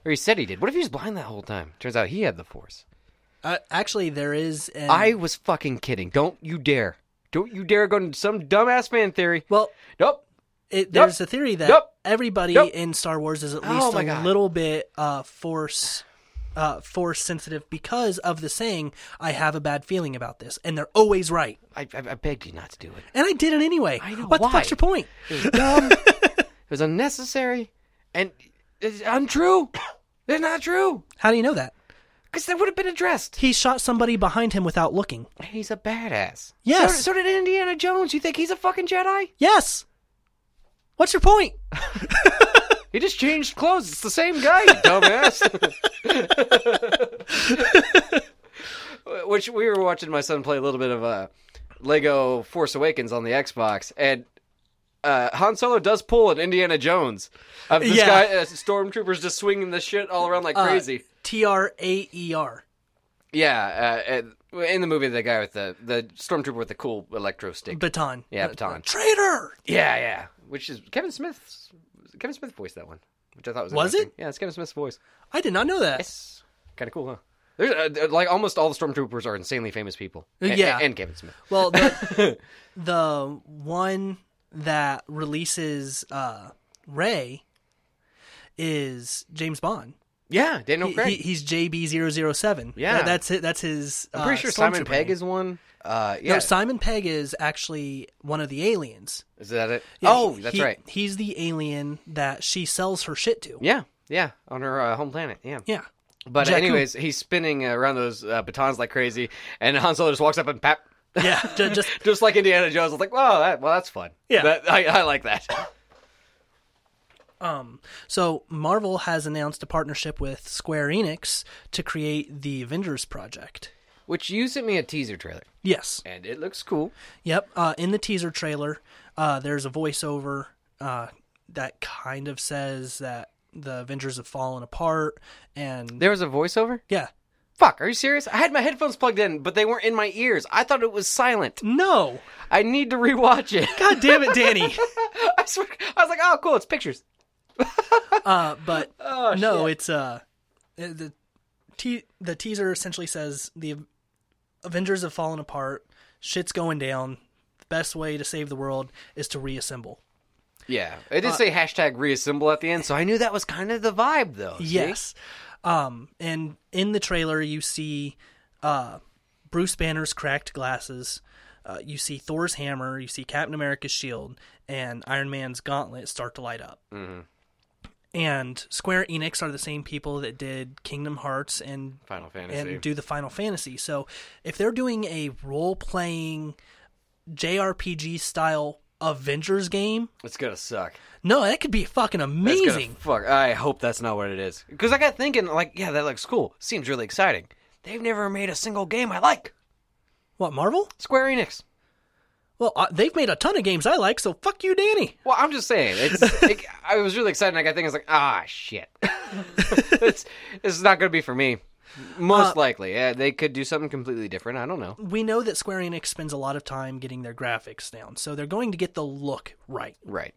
or he said he did. What if he was blind that whole time? Turns out he had the Force.
uh, actually, there is. An,
I was fucking kidding. Don't you dare. Don't you dare go into some dumbass fan theory.
well.
nope.
it, there's a theory that
Yep.
everybody
Yep.
in Star Wars is at
Oh
least
my
a
God.
little bit uh, force uh, force sensitive because of the saying "I have a bad feeling about this," and they're always right.
I, I, I begged you not to do it.
And I did it anyway.
I know,
what
why?
the fuck's your point?
It was dumb. it was unnecessary. And it's untrue. They're not true.
How do you know that?
because that would have been addressed.
He shot somebody behind him without looking.
He's a badass.
Yes.
So, so did Indiana Jones. You think he's a fucking Jedi?
Yes. What's your point?
He just changed clothes. It's the same guy, you dumbass. Which we were watching my son play a little bit of uh, Lego Force Awakens on the Xbox, and uh, Han Solo does pull an Indiana Jones of this
Yeah.
guy. Uh, stormtroopers just swinging the shit all around like crazy.
T R A E R.
Yeah, uh, and- in the movie, the guy with the the stormtrooper with the cool electro stick.
Baton.
Yeah,
Uh,
baton.
Traitor.
yeah, yeah. Which is Kevin Smith's Kevin Smith voiced that one, which I thought was
Was
interesting. Yeah, it's Kevin Smith's voice.
I did not know that.
Yes. Kind of cool, huh? There's uh, uh, like almost all the stormtroopers are insanely famous people. And,
Yeah.
and Kevin Smith. <laughs>
Well, the, the one that releases uh, Ray is James Bond.
Yeah, Daniel
He-
Craig.
he- he's JB007.
Yeah.
That- that's it. That's his.
I'm pretty
uh,
sure Simon
stormtrooper
Pegg
name.
is one. Uh, yeah,
No, Simon Pegg is actually one of the aliens.
is that it?
Yeah,
oh,
he-
that's
he-
right.
He's the alien that she sells her shit to.
Yeah, yeah, on her uh, home planet. Yeah,
Yeah.
but uh,
Jakku.
anyways, he's spinning around those uh, batons like crazy, and Han Solo just walks up and pap,
Yeah. ju- just
just like Indiana Jones. I was like, wow, that, well, that's fun.
Yeah.
That- I, I like that.
Um, so Marvel has announced a partnership with Square Enix to create the Avengers project.
Which you sent me a teaser trailer,
Yes.
and it looks cool.
Yep. Uh, in the teaser trailer, uh, there's a voiceover uh, that kind of says that the Avengers have fallen apart, and
There was a voiceover.
yeah,
Fuck, are you serious? I had my headphones plugged in, but they weren't in my ears. I thought it was silent.
no,
I need to rewatch it. <laughs>
God damn it, Danny.
I swear, I was like, oh, cool, it's pictures.
<laughs> uh, <laughs> but
Oh,
no, it's uh, the te- the teaser essentially says the Avengers have fallen apart, shit's going down. The best way to save the world is to reassemble.
Yeah, it
Uh,
did say hashtag reassemble at the end, so I knew that was kind of the vibe, though. see?
Yes. Um, and in the trailer, you see uh, Bruce Banner's cracked glasses. Uh, you see Thor's hammer. You see Captain America's shield and Iron Man's gauntlet start to light up. Mm-hmm. And Square Enix are the same people that did Kingdom Hearts and
Final Fantasy.
and do the Final Fantasy. So if they're doing a role playing JRPG style Avengers game,
it's gonna suck.
no, that could be fucking
It's
amazing.
gonna fuck. I hope that's not what it is. Because I got thinking, like, yeah, that looks cool. Seems really exciting. They've never made a single game I like.
What Marvel?
Square Enix.
Well, uh, they've made a ton of games I like, so fuck you, Danny.
Well, I'm just saying. It's.
<laughs>
it, I was really excited. and I got thinking, I was like, ah, shit. <laughs> it's. It's not going to be for me. Most
Uh,
likely, yeah, they could do something completely different. I don't know.
We know that Square Enix spends a lot of time getting their graphics down, so they're going to get the look right.
Right.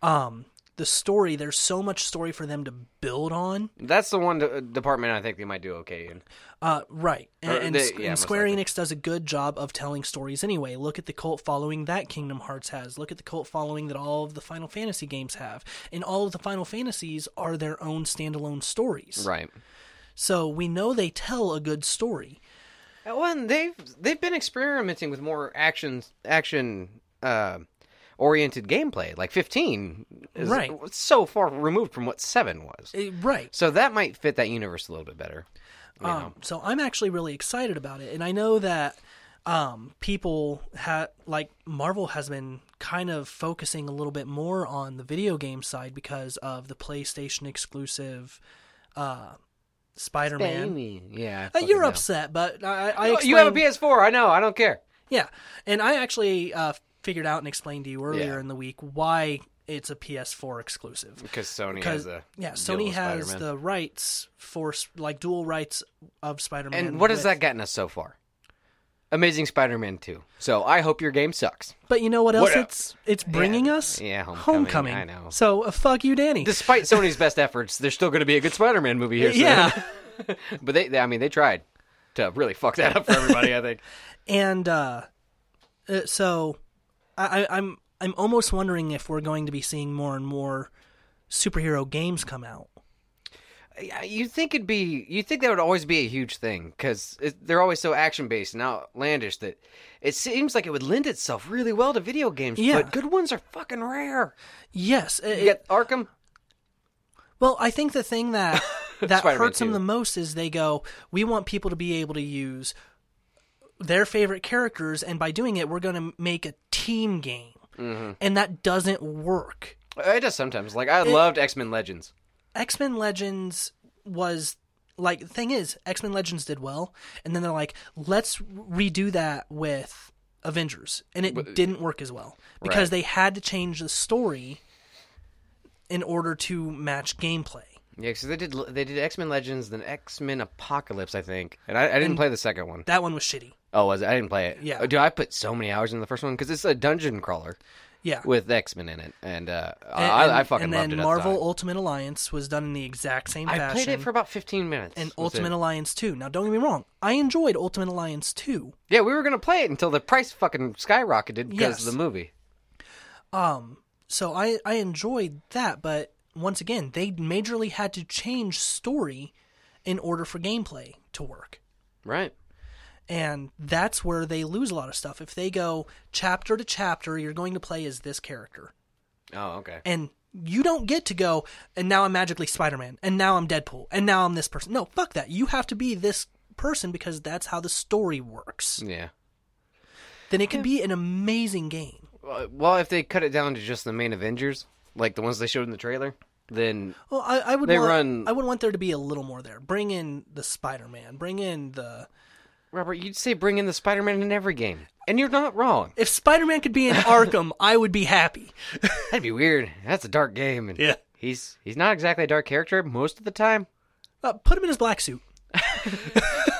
Um, the story, there's so much story for them to build on.
That's the one de- department I think they might do okay in.
Uh, right. And,
Or
and,
they-
S-
yeah,
and
most
Square
likely.
Enix does a good job of telling stories anyway. Look at the cult following that Kingdom Hearts has. Look at the cult following that all of the Final Fantasy games have. And all of the Final Fantasies are their own standalone stories.
Right.
So we know they tell a good story.
Well, and they've they've been experimenting with more action action uh, oriented gameplay. Like 15 is
Right.
so far removed from what 7 was.
Eh, Right.
So that might fit that universe a little bit better. You know.
Um, so I'm actually really excited about it, and I know that um, people ha like Marvel has been kind of focusing a little bit more on the video game side because of the PlayStation exclusive uh, Spider-Man.
Baby. Yeah. I
Uh, you're
fucking know.
upset, but I, I
Oh,
explained,
You have a PS4. I know. I don't care.
yeah, and I actually uh, figured out and explained to you earlier
Yeah.
in the week why it's a PS4 exclusive.
Because Sony
Because
has a
yeah,
deal
Sony
with
has
Spider-Man.
the rights for s- like dual rights of Spider-Man.
And what has
with-
that gotten us so far? Amazing Spider-Man 2. So I hope your game sucks.
But you know what else
What
it's it's bringing us?
Yeah, Homecoming,
homecoming.
I know.
So uh, fuck you, Danny. <laughs>
Despite Sony's best efforts, there's still going to be a good Spider-Man movie here. soon.
yeah.
<laughs> but they, they, I mean, they tried to really fuck that up for everybody. I
<laughs>
think.
<laughs> and uh, uh, so I, I, I'm I'm almost wondering if we're going to be seeing more and more superhero games come out.
Yeah, You think it'd be, you think that would always be a huge thing because they're always so action-based and outlandish that it seems like it would lend itself really well to video games.
Yeah.
but good ones are fucking rare.
Yes. it-
You got Arkham. <laughs>
Well, I think the thing that that
Spider-Man
hurts them
2.
the most is they go, we want people to be able to use their favorite characters, and by doing it, we're going to make a team game,
Mm-hmm.
and that doesn't work.
It does sometimes. Like I loved X Men Legends.
X Men Legends was like the thing is X Men Legends did well, and then they're like, let's redo that with Avengers, and it didn't work as well because
uh, Right.
they had to change the story in order to match gameplay.
Yeah, because they did they did X Men Legends, then X Men Apocalypse, I think, and I, I didn't play the second one.
That one was shitty.
Oh, was it? I didn't play it.
Yeah.
Oh, dude, I put so many hours in the first one because it's a dungeon crawler
Yeah.
with X Men in it, and, uh,
And-
I, I
and-
fucking
and
loved
then
it. at the
Marvel
time.
Ultimate Alliance was done in the exact same
I
fashion.
played it for about fifteen minutes.
and
That's it.
Ultimate Alliance 2. Now, don't get me wrong, I enjoyed Ultimate Alliance 2.
Yeah, we were gonna play it until the price fucking skyrocketed because
Yes.
of the movie.
Um, So I, I enjoyed that, but once again, they majorly had to change story in order for gameplay to work.
Right.
And that's where they lose a lot of stuff. If they go chapter to chapter, you're going to play as this character.
Oh, okay.
And you don't get to go, and now I'm magically Spider Man, and now I'm Deadpool, and now I'm this person. No, fuck that. You have to be this person because that's how the story works.
Yeah.
Then it could be an amazing game.
Well, well, if they cut it down to just the main Avengers, like the ones they showed in the trailer, then
Well, I, I would
They
want,
run-
I would want there to be a little more there. Bring in the Spider Man. Bring in the
Robert, you'd say bring in the Spider-Man in every game, and you're not wrong.
if Spider Man could
<laughs>
be in Arkham, I would be happy.
That'd be weird. That's a dark game. And
Yeah.
He's he's not exactly a dark character most of the time.
Uh, put him in his black suit.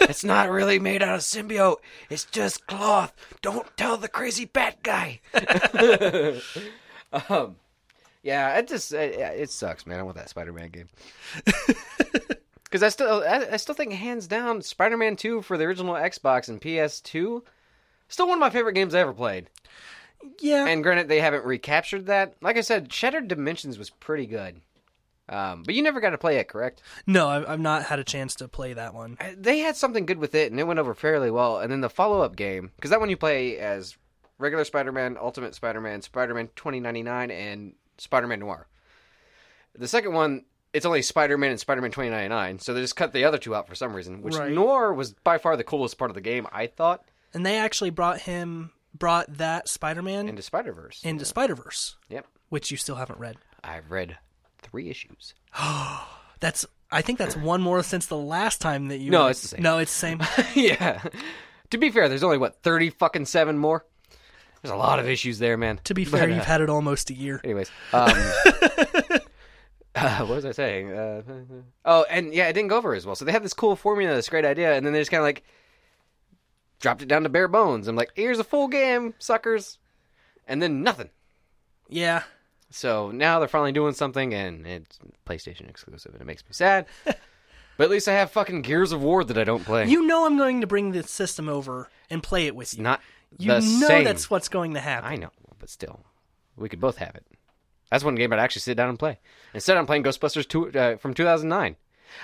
it's not really made out of symbiote. It's just cloth. Don't tell the crazy bat guy. <laughs> um, yeah, it just it, it sucks, man. I want that Spider-Man game. Because I still I, I still think hands down Spider-Man Two for the original Xbox and PS2, still one of my favorite games I ever played.
Yeah,
And granted, they haven't recaptured that. Like I said, Shattered Dimensions was pretty good. Um, but you never got to play it, correct?
no, I've, I've not had a chance to play that one.
Uh, They had something good with it, and it went over fairly well. And then the follow-up game, because that one you play as regular Spider-Man, Ultimate Spider-Man, Spider-Man 2099, and Spider-Man Noir. The second one, it's only Spider-Man and Spider-Man 2099, so they just cut the other two out for some reason. Which
Right.
Noir was by far the coolest part of the game, I thought,
And they actually brought him, brought that Spider Man
into Spider-Verse.
into Spider Verse,
yep,
which you still haven't read.
I've read three issues.
That's I think that's one more since the last time that you.
No, it's the same.
No, it's the same.
<laughs> yeah. To be fair, there's only what thirty fucking seven more. There's a lot of issues there, man. <laughs>
to be fair, you've had it almost a year.
Anyways, um,
<laughs>
<laughs> uh, what was I saying? Uh, oh, and yeah, it didn't go over as well. So they had this cool formula, this great idea, and then they just kind of like dropped it down to bare bones. I'm like, here's a full game, suckers, and then nothing.
Yeah,
So now they're finally doing something, and it's PlayStation exclusive, and it makes me
<laughs>
sad. but at least I have fucking Gears of War that I don't play.
you know I'm going to bring this system over and play it with you.
not
You
the
know
same.
that's what's going to happen.
I know, but still, we could both have it. That's one game I'd actually sit down and play. Instead, I'm playing Ghostbusters two, uh, from 2009.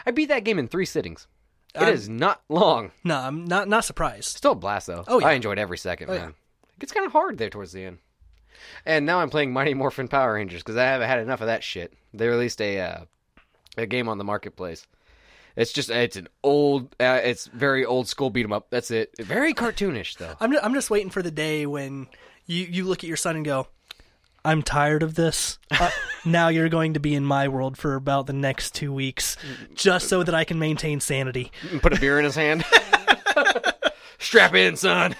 I beat that game in three sittings. It is not long.
No, I'm not not surprised.
Still a blast though.
Oh, yeah.
I enjoyed every second, man. It gets kind of hard there towards the end. And now I'm playing Mighty Morphin Power Rangers because I haven't had enough of that shit. They released a uh, a game on the marketplace. It's just it's an old, uh, it's very old school beat 'em up. That's it. Very cartoonish though.
I'm ju- I'm just waiting for the day when you you look at your son and go, "I'm tired of this."
<laughs>
Uh, now you're going to be in my world for about the next two weeks, just so that I can maintain sanity.
and <laughs> put a beer in his hand. <laughs> Strap in, son.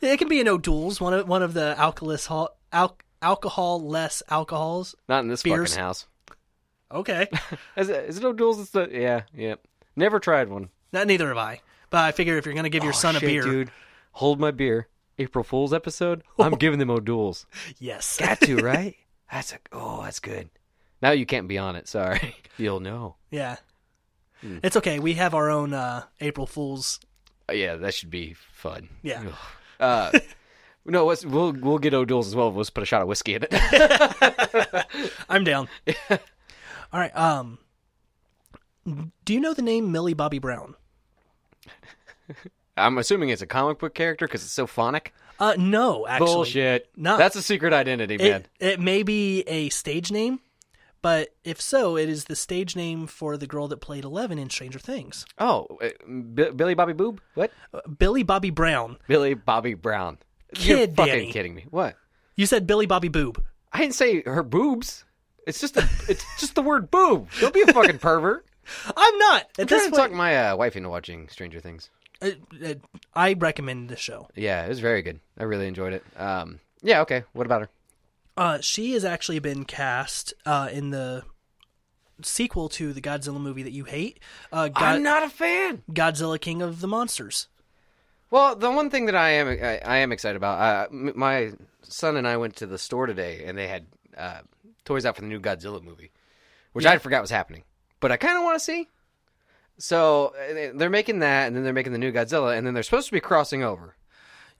It can be no duels. One of one of the alcoholist hol- al- alcohol less alcohols.
Not in this
Beers.
fucking house. <laughs>
Okay,
Is it, is it no duels? It's the yeah, yeah. Never tried one.
not neither have I. But I figure if you're going to give your son
Oh,
a
shit,
beer,
dude. Hold my beer. April Fool's <laughs> episode. I'm giving them O'Duels.
yes,
Got <laughs> to right. That's a oh, that's good. Now you can't be on it. Sorry, <laughs> you'll know.
yeah,
hmm.
it's okay. We have our own uh, April Fools.
Uh, yeah, that should be fun.
Yeah.
Ugh. Uh, <laughs> no, let's, we'll we'll get O'Duels as well. Let's put a shot of whiskey <laughs> in it.
I'm down. <laughs> All right. Um, do you know the name Millie Bobby Brown?
I'm assuming it's a comic book character because it's so phonic.
Uh, no, actually,
Bullshit.
no.
that's a secret identity, man.
It, it may be a stage name, But if so, it is the stage name for the girl that played Eleven in Stranger Things.
Oh, uh, B- Billy Bobby Boob? What?
Uh, Billy Bobby Brown.
Billy Bobby Brown. You're
Kid
fucking
Danny.
kidding me. What?
You said Billy Bobby Boob.
I didn't say her boobs. It's just a, it's just the word boob. Don't be a fucking pervert.
I'm not. At
I'm
<laughs> this
trying to talk
point,
my uh, wife into watching Stranger Things.
uh, uh, I recommend this show.
Yeah, it was very good. I really enjoyed it. Um, yeah, okay. What about her?
Uh, she has actually been cast uh, in the sequel to the Godzilla movie that you hate, uh, Go-
not a fan.
Godzilla King of the Monsters.
Well, the one thing that I am I, I am excited about. Uh, m- my son and I went to the store today, and they had uh, toys out for the new Godzilla movie, which I forgot was happening, but I kind of want to see. So uh, they- they're making that, and then they're making the new Godzilla, and then they're supposed to be crossing over.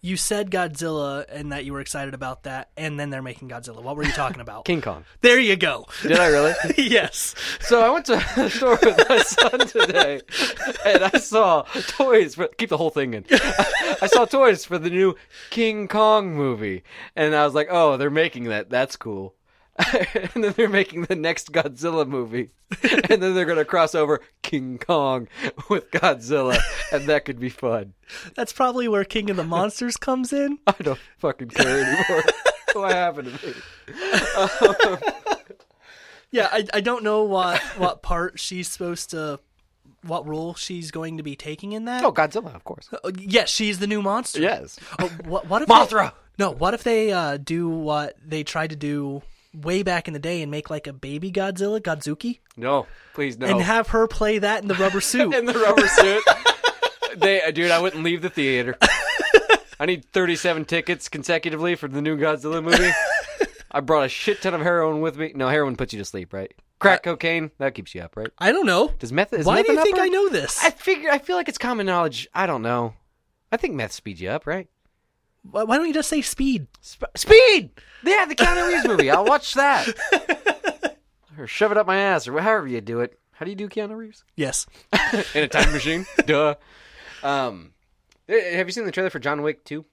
You said Godzilla and that you were excited about that, and then they're making Godzilla. What were you talking
<laughs>
about?
King Kong.
there you go. <laughs>
Did I <laughs> really?
yes.
So I went to <laughs> the store with my son today, and I saw toys. For, keep the whole thing in. <laughs> I saw toys for the new King Kong movie, and I was like, "Oh, they're making that. That's cool." <laughs> and then they're making the next Godzilla movie, and then they're gonna cross over King Kong with Godzilla, and that could be fun.
That's probably where King of the Monsters comes in.
I don't fucking care <laughs> anymore. what happened to me?
Yeah, I, I don't know what, what part she's supposed to, what role she's going to be taking in that.
Oh, Godzilla, of course.
Uh, yes, she's the new monster.
Yes.
Oh, what, what if
Mothra!
They, no, what if they uh, do what they tried to do way back in the day and make like a baby Godzilla, Godzuki,
No, please no.
and have her play that in the
<laughs>
rubber suit?
in the rubber suit. they, uh, dude, I wouldn't leave the theater. I need 37 tickets consecutively for the new Godzilla movie. I brought a shit ton of heroin with me. No, heroin puts you to sleep, right? Crack cocaine that keeps you up, right?
I don't know.
Does meth? Is
Uh, Why
meth
do you
an
think
upper?
I know this?
I figure. I feel like it's common knowledge. I don't know. I think meth speeds you up, right?
Why why don't you just say speed?
Sp- speed. Yeah, the Keanu Reeves movie. I'll watch
<laughs>
that. or shove it up my ass, or however you do it. How do you do Keanu Reeves?
Yes.
in a time machine. <laughs> Duh. Um, eh, have you seen the trailer for John Wick Two?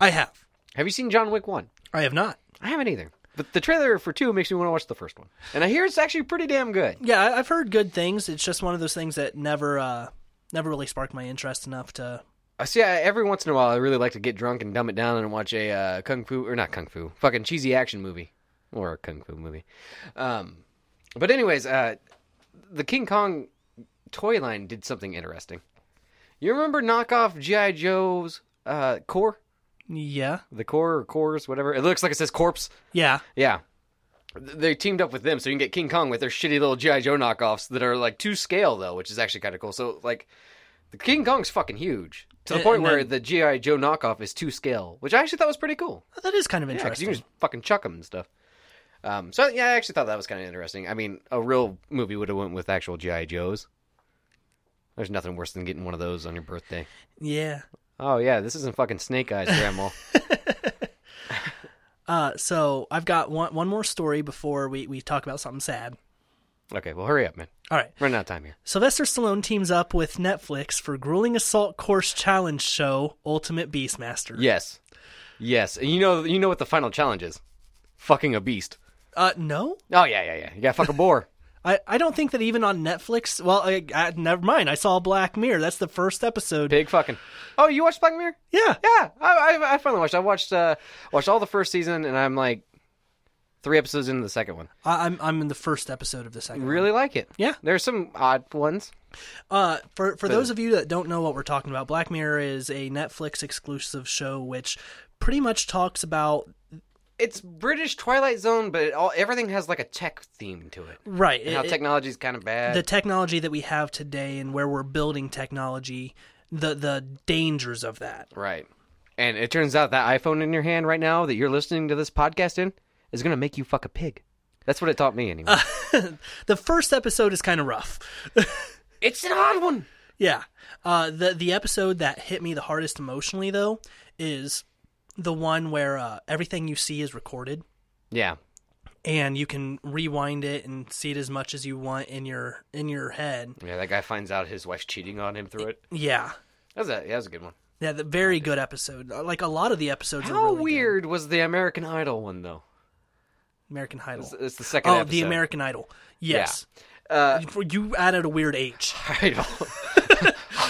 I have.
Have you seen John Wick One?
I have not.
I haven't either. But the trailer for two makes me want to watch the first one, and I hear it's actually pretty damn good.
Yeah, I- I've heard good things. It's just one of those things that never uh never really sparked my interest enough to
I see. I, every once in a while, I really like to get drunk and dumb it down and watch a uh, kung fu or not kung fu, fucking cheesy action movie or a kung fu movie. Um, but anyways, uh, the King Kong toy line did something interesting. You remember knockoff GI Joe's uh, core,
Yeah.
the core or cores, whatever. It looks like it says corpse.
Yeah.
Yeah. Th- They teamed up with them, so you can get King Kong with their shitty little G.I. Joe knockoffs that are like to scale, though, which is actually kind of cool. So, like, the King Kong's fucking huge to the
And-
point
and
where
then-
the G.I. Joe knockoff is to scale, which I actually thought was pretty cool.
That is kind of
Yeah, 'cause you
interesting.
can just fucking chuck them and stuff. Um, so, yeah, I actually thought that was kind of interesting. I mean, a real movie would have went with actual G.I. Joes. There's nothing worse than getting one of those on your birthday.
yeah.
Oh, yeah, this isn't fucking Snake Eyes,
<laughs>
Grandma.
Uh so I've got one one more story before we, we talk about something sad.
okay, well, hurry up, man.
All right.
Running out of time here.
Sylvester Stallone teams up with Netflix for grueling assault course challenge show Ultimate Beastmaster.
Yes, yes, and you know you know what the final challenge is? Fucking a beast.
Uh no?
Oh yeah, yeah, yeah. You gotta fuck a
<laughs>
boar.
I, I don't think that even on Netflix. Well, I, I, never mind. I saw Black Mirror. That's the first episode.
Pig fucking. Oh, you watched Black Mirror?
Yeah.
Yeah, I, I, I finally watched. I watched uh, watched all the first season, and I'm like three episodes into the second one.
I, I'm I'm in the first episode of the second.
Really like it.
Yeah.
there's some odd ones.
Uh, for for those of you that don't know what we're talking about, Black Mirror is a Netflix exclusive show which pretty much talks about
It's British Twilight Zone, but it all everything has like a tech theme to it.
right
And how
it-
technology's kind of bad.
the technology that we have today and where we're building technology, the the dangers of that. <laughs>
Right. And it turns out that iPhone in your hand right now that you're listening to this podcast in is gonna make you fuck a pig. That's what it taught me anyway.
The first episode is kind of rough. <laughs>
It's an odd one.
Yeah. Uh, the the episode that hit me the hardest emotionally though is the one where uh, everything you see is recorded
Yeah.
and you can rewind it and see it as much as you want in your in your head.
Yeah, that guy finds out his wife's cheating on him through it.
Yeah.
That was a, that was a good one.
Yeah, the very good episode. Like a lot of the episodes are
How
really good.
weird was the American Idol one, though?
American Idol.
It's, it's the second.
Oh,
episode.
the American Idol. Yes.
Uh,
You- You added a
<laughs>
weird H. <laughs>
Idol.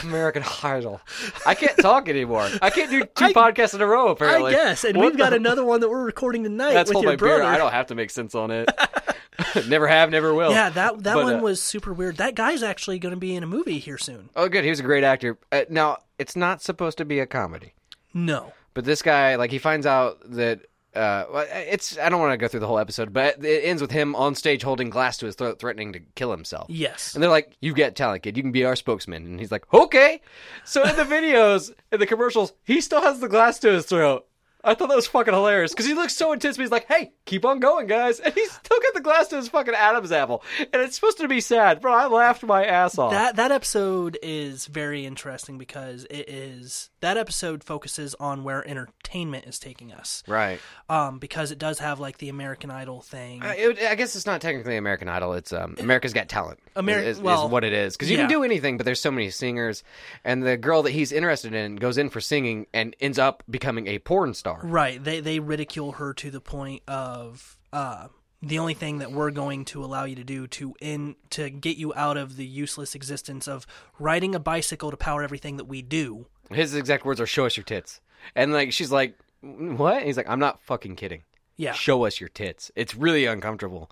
American Idol. I can't talk anymore. I can't do two podcasts in a row. Apparently,
I guess, and
What
we've got
the-
another one that we're recording tonight
That's
with
hold
your
my
brother.
beer. I don't have to make sense on it. <laughs> never have, never will.
Yeah, that that
But,
one
uh,
was super weird. That guy's actually going to be in a movie here soon.
Oh, good. He was a great actor. Uh, now it's not supposed to be a comedy,
No,
but this guy, like, he finds out that. Uh, well, it's. I don't want to go through the whole episode, but it ends with him on stage holding glass to his throat, threatening to kill himself.
yes,
And they're like, "You get talent, kid. You can be our spokesman." And he's like, "Okay." So in
<laughs>
the videos, in the commercials, he still has the glass to his throat. I thought that was fucking hilarious because he looks so intense. But he's like, "Hey, keep on going, guys," and he's still got the glass to his fucking Adam's apple. And it's supposed to be sad, bro. I laughed my ass off.
that that episode is very interesting because it is that episode focuses on where entertainment is taking us.
right.
Um, because it does have like the American Idol thing.
I, Uh, it, I guess it's not technically American Idol. It's um, America's Got Talent.
Ameri-
is, is
well,
what it is because you can
yeah.
do anything, but there's so many singers, and the girl that he's interested in goes in for singing and ends up becoming a porn star.
Right. They they ridicule her to the point of uh, the only thing that we're going to allow you to do to in to get you out of the useless existence of riding a bicycle to power everything that we do.
His exact words are "Show us your tits," and like she's like, "What?" And he's like, "I'm not fucking kidding.
Yeah.
Show us your tits." It's really uncomfortable,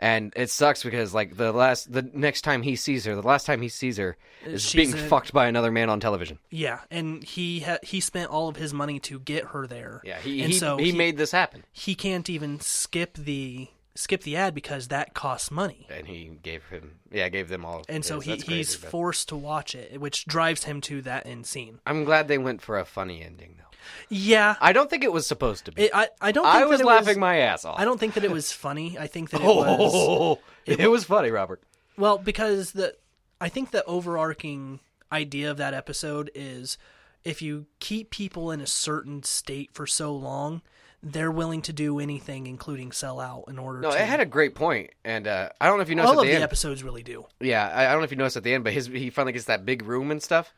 and it sucks because like the last, the next time he sees her, the last time he sees her is
She's
being
in-
fucked by another man on television.
Yeah, and he ha- he spent all of his money to get her there.
Yeah, he
and
he,
so
he made this happen,
he can't even skip the skip the ad because that costs money.
and he gave him, yeah, gave them all.
And so
his.
he,
That's crazy,
he's
but-
forced to watch it, which drives him to that end scene.
I'm glad they went for a funny ending though.
Yeah,
I don't think it was supposed to be.
it, I I don't. Think
I
that
was
it
laughing my ass off. <laughs>
I don't think that it was funny. I think that it was
Oh, it was funny, Robert.
Well, because the I think the overarching idea of that episode is if you keep people in a certain state for so long, they're willing to do anything, including sell out, in order
No,
to.
it had a great point, and uh, I don't know if you noticed
all
at
of
the
the
end.
episodes really do.
Yeah, I, I don't know if you noticed at the end, but his he finally gets that big room and stuff.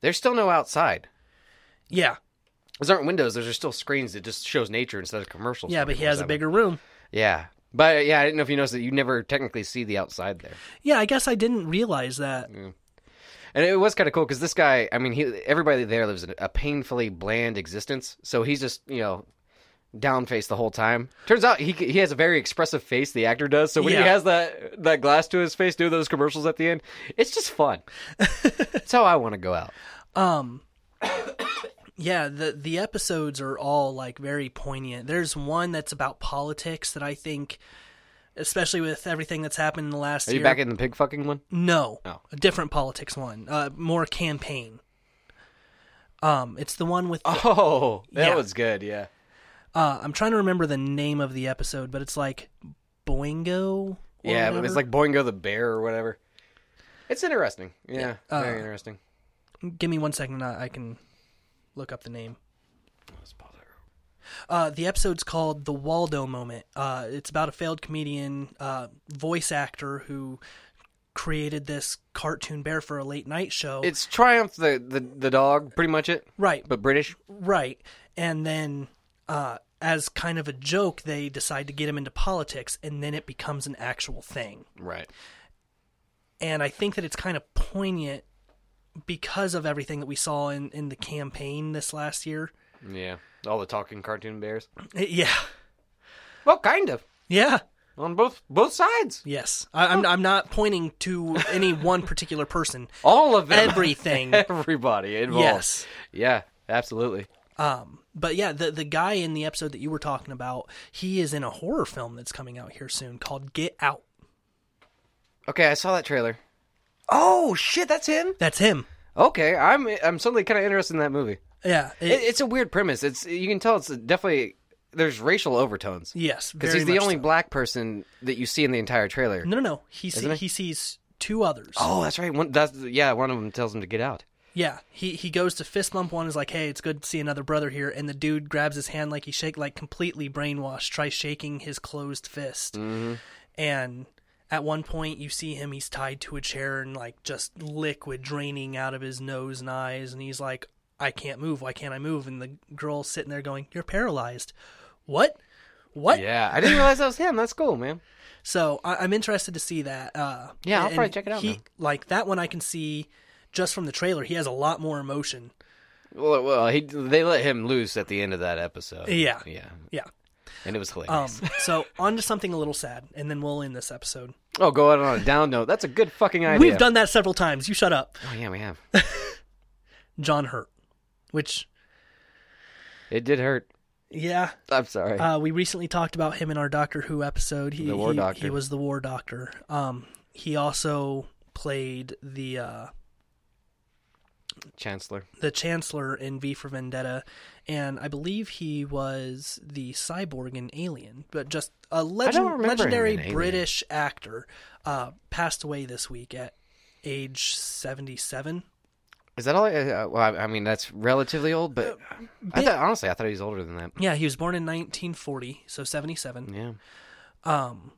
There's still no outside.
Yeah,
Those aren't windows. Those are still screens that just shows nature instead of commercials.
yeah, but he has a bigger room.
Yeah, but yeah, I didn't know if you noticed that you never technically see the outside there,
Yeah, I guess I didn't realize that.
and it was kind of cool because this guy. I mean, he everybody there lives in a painfully bland existence, so he's just you know down face the whole time. Turns out he he has a very expressive face. The actor does. So when
Yeah.
he has that that glass to his face, doing those commercials at the end, it's just <laughs> fun. That's how I want to go out.
Um, yeah, the the episodes are all like very poignant. There's one that's about politics that I think, especially with everything that's happened in the last
Are
year.
you back in the pig fucking one?
No,
Oh.
a different politics one, uh, more campaign. Um, it's the one with
Oh, that
Yeah.
was good. Yeah.
uh, I'm trying to remember the name of the episode, but it's like Boingo. or
yeah, but
whatever.
it's like Boingo the Bear or whatever. It's interesting. Yeah, Uh. very interesting.
Give me one second, I I can look up the name. Uh, the episode's called "The Waldo Moment." Uh, it's about a failed comedian, uh, voice actor who created this cartoon bear for a late night show.
It's Triumph the, the, the dog, pretty much it,
right,
but British.
Right. And then, uh, as kind of a joke, they decide to get him into politics, and then it becomes an actual thing.
Right.
And I think that it's kind of poignant because of everything that we saw in, in the campaign this last year.
Yeah. All the talking cartoon bears.
Eh, yeah.
Well, kind of
Yeah.
on both both sides.
Yes. I, I'm, I'm not pointing to any one particular person.
All of them. <laughs>
Everything.
Everybody involved.
Yes.
Yeah. Absolutely.
Um, but yeah, the, the guy in the episode that you were talking about, he is in a horror film that's coming out here soon called Get Out.
Okay, I saw that trailer. Oh shit, that's him.
That's him.
Okay, I'm I'm suddenly kind of interested in that movie.
Yeah. it-
It, it's a weird premise. It's you can tell it's definitely there's racial overtones.
yes.
Because
very
he's the
much
only
so.
black person that you see in the entire trailer.
No, no, no. He see, he sees two others.
Oh, that's right. One, that's yeah. One of them tells him to get out.
Yeah, he he goes to fist bump one. Is like, hey, it's good to see another brother here. And the dude grabs his hand like he shake like completely brainwashed. Tries shaking his closed fist, and at one point you see him. He's tied to a chair and like just liquid draining out of his nose and eyes. And he's like, I can't move. Why can't I move? And the girl's sitting there going, You're paralyzed. What? What?
Yeah, I didn't realize that was him. That's cool, man.
So I, I'm interested to see that. Uh,
Yeah, I'll
and
probably check it out,
He,
man.
like that one, I can see just from the trailer. He has a lot more emotion.
Well, well, he they let him loose at the end of that episode.
Yeah.
yeah,
Yeah.
and it was
Um.
hilarious.
so on to something a little sad, and then we'll end this episode.
oh, go out on a down note. That's a good fucking idea.
We've done that several times. You shut up,
Oh yeah, we have.
John Hurt. Which,
It did hurt.
yeah,
I'm sorry.
uh, we recently talked about him in our Doctor Who episode. He,
The War
he,
Doctor.
He was the War Doctor. Um, he also played the uh,
Chancellor.
the Chancellor in V for Vendetta, and I believe he was the cyborg in Alien, but just a legend,
remember him
legendary
in Alien.
British actor uh, passed away this week at age 77.
Is that all? I, uh, well, I, I mean, that's relatively old, but
Uh,
I thought, honestly, I thought he was older than that.
Yeah, he was born in 1940, so 77.
Yeah, Mm.
Um,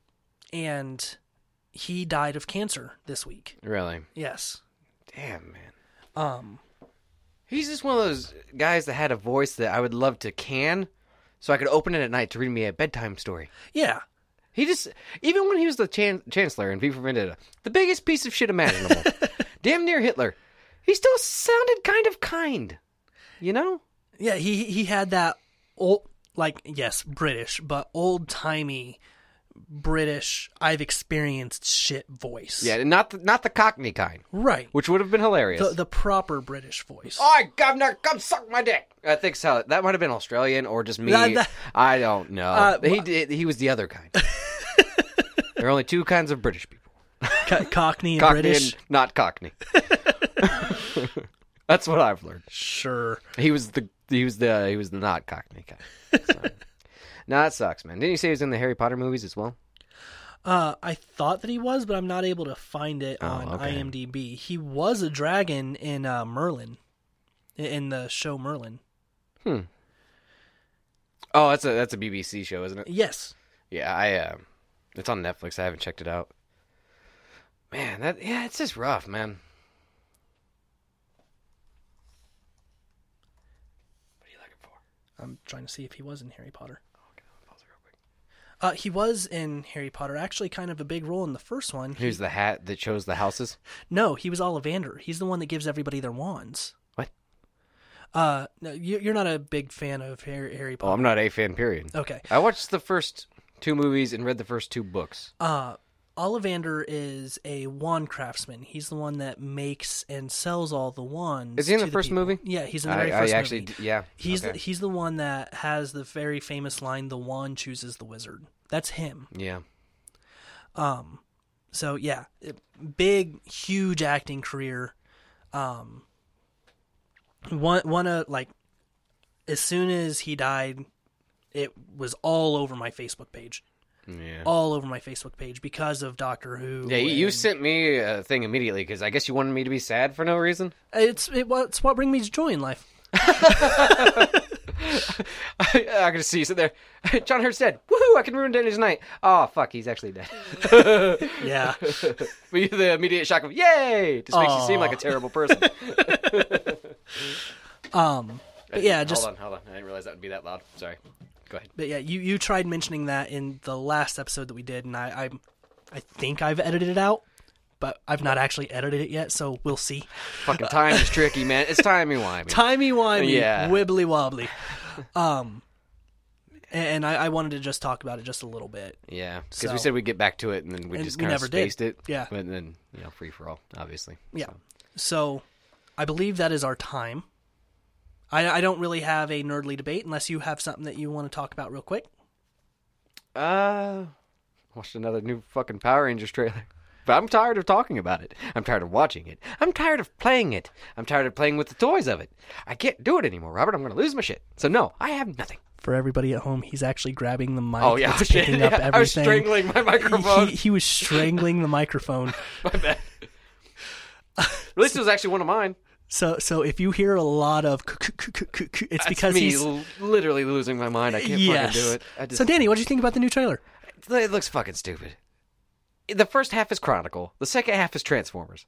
and he died of cancer this week.
really.
Yes.
Damn, man.
Um,
He's just one of those guys that had a voice that I would love to can, so I could open it at night to read me a bedtime story.
yeah.
He just, even when he was the chan- chancellor in V for Vendetta, the biggest piece of shit <laughs> imaginable, damn near Hitler, he still sounded kind of kind. You know?
Yeah, he he had that old like yes, British, but old timey British I've experienced shit voice.
Yeah, and not the, not the Cockney kind,
Right.
which would have been hilarious.
The the proper British voice.
Oi, governor, come suck my dick. I think so. That might have been Australian or just me.
Yeah, that-
I don't know.
Uh,
he did, he was the other
<laughs>
kind. there are only two kinds of British people:
Co- Cockney and
Cockney
British.
and not Cockney. <laughs> That's what I've learned.
Sure.
He was the he was the he was the not Cockney kind. <laughs> So. no, that sucks, man. Didn't you say he was in the Harry Potter movies as well?
Uh I thought that he was, but I'm not able to find it on
Oh, okay.
IMDb. He was a dragon in uh Merlin in- in the show Merlin.
Oh, that's a that's a BBC show, isn't it?
Yes.
Yeah, I. Uh, it's on Netflix. I haven't checked it out. Man, that yeah, it's just rough, man. What are you looking for?
I'm trying to see if he was in Harry Potter.
Okay, I'll pause it real quick.
Uh, he was in Harry Potter, actually, kind of a big role in the first one.
Here's the hat that chose the houses.
No, he was Ollivander. He's the one that gives everybody their wands.
What?
Uh, no, you, you're not a big fan of Harry, Harry
Oh,
Potter.
I'm not a fan. Period.
Okay.
I watched the first two movies and read the first two books.
Uh, Ollivander is a wand craftsman. He's the one that makes and sells all the wands.
Is he in
to
the first
people.
movie?
Yeah, he's in the
I,
very
I
first
actually,
movie.
d- yeah.
He's the,
okay.
he's the one that has the very famous line, "The wand chooses the wizard." That's him.
yeah.
Um, so yeah, it- big, huge acting career. Um, one one of like, as soon as he died, it was all over my Facebook page,
Yeah.
all over my Facebook page because of Doctor Who.
Yeah, you, you
and-
sent me a thing immediately because I guess you wanted me to be sad for no reason. <laughs>
it's it, wa- it's what brings me joy in life.
I, I can see you sit there. <laughs> John Hurt said, "Woohoo! I can ruin Danny's night." Oh fuck, he's actually <laughs> dead.
<laughs> Yeah,
But the immediate shock of "Yay!" just makes you seem
Aw.
like a terrible <laughs> person.
Um, but yeah, just
hold on, hold on. I didn't realize that would be that loud. Sorry. Go ahead.
but yeah, you you tried mentioning that in the last episode that we did, and I I, I think I've edited it out. But I've not actually edited it yet, so we'll see.
Fucking time is tricky, man. It's timey <laughs> wimey.
timey wimey,
Yeah.
wibbly wobbly. Um, and I, I wanted to just talk about it just a little bit.
yeah, because
So-
we said we'd get back to it, and then we
And
just
we
kind of
never did.
spaced it.
Yeah.
but then you know, free for all, obviously.
Yeah. So, I believe that is our time. I, I don't really have a nerdly debate unless you have something that you want to talk about real quick.
Uh, watched another new fucking Power Rangers trailer. But I'm tired of talking about it. I'm tired of watching it. I'm tired of playing it. I'm tired of playing with the toys of it. I can't do it anymore, Robert. I'm going to lose my shit. So no, I have nothing.
For everybody at home, he's actually grabbing the mic.
Oh yeah, <laughs>
that's picking up
Yeah, I was
everything.
strangling my microphone.
<laughs> He, he was strangling the
<laughs>
microphone.
At least it was actually one of mine.
So, so if you hear a lot of, k- k- k- k- k- it's because
me
he's
l- literally losing my mind. I can't
yes.
fucking do it. I just,
So, Danny, what do you think about the new trailer?
it looks fucking stupid. The first half is Chronicle. The second half is Transformers.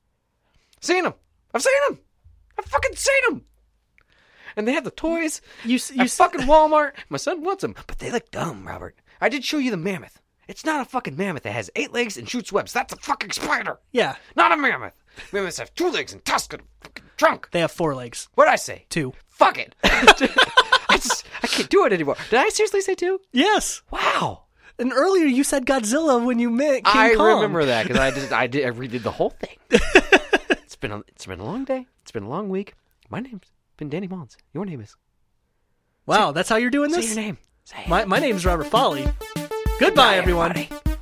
Seen them. I've seen them. I've fucking seen them. and they have the toys.
You s- you
at
s-
fucking Walmart. My son wants them, but they look dumb, Robert. I did show you the mammoth. It's not a fucking mammoth that has eight legs and shoots webs. That's a fucking spider,
Yeah,
not a mammoth. Mammoths have two legs and tusks and a fucking trunk.
they have four legs.
What'd I say?
Two.
Fuck it. <laughs> I just I can't do it anymore. Did I seriously say two?
Yes.
Wow.
And earlier you said Godzilla when you met King
I
Kong.
remember that because I just I did I redid the whole
<laughs>
thing. it's been a, it's been a long day. It's been a long week. My name's been Danny Mullins. Your name is.
Wow, that's how you're doing
Say
this.
your name. Say it.
My my name's Robert Folly. Goodbye, everyone.
everybody.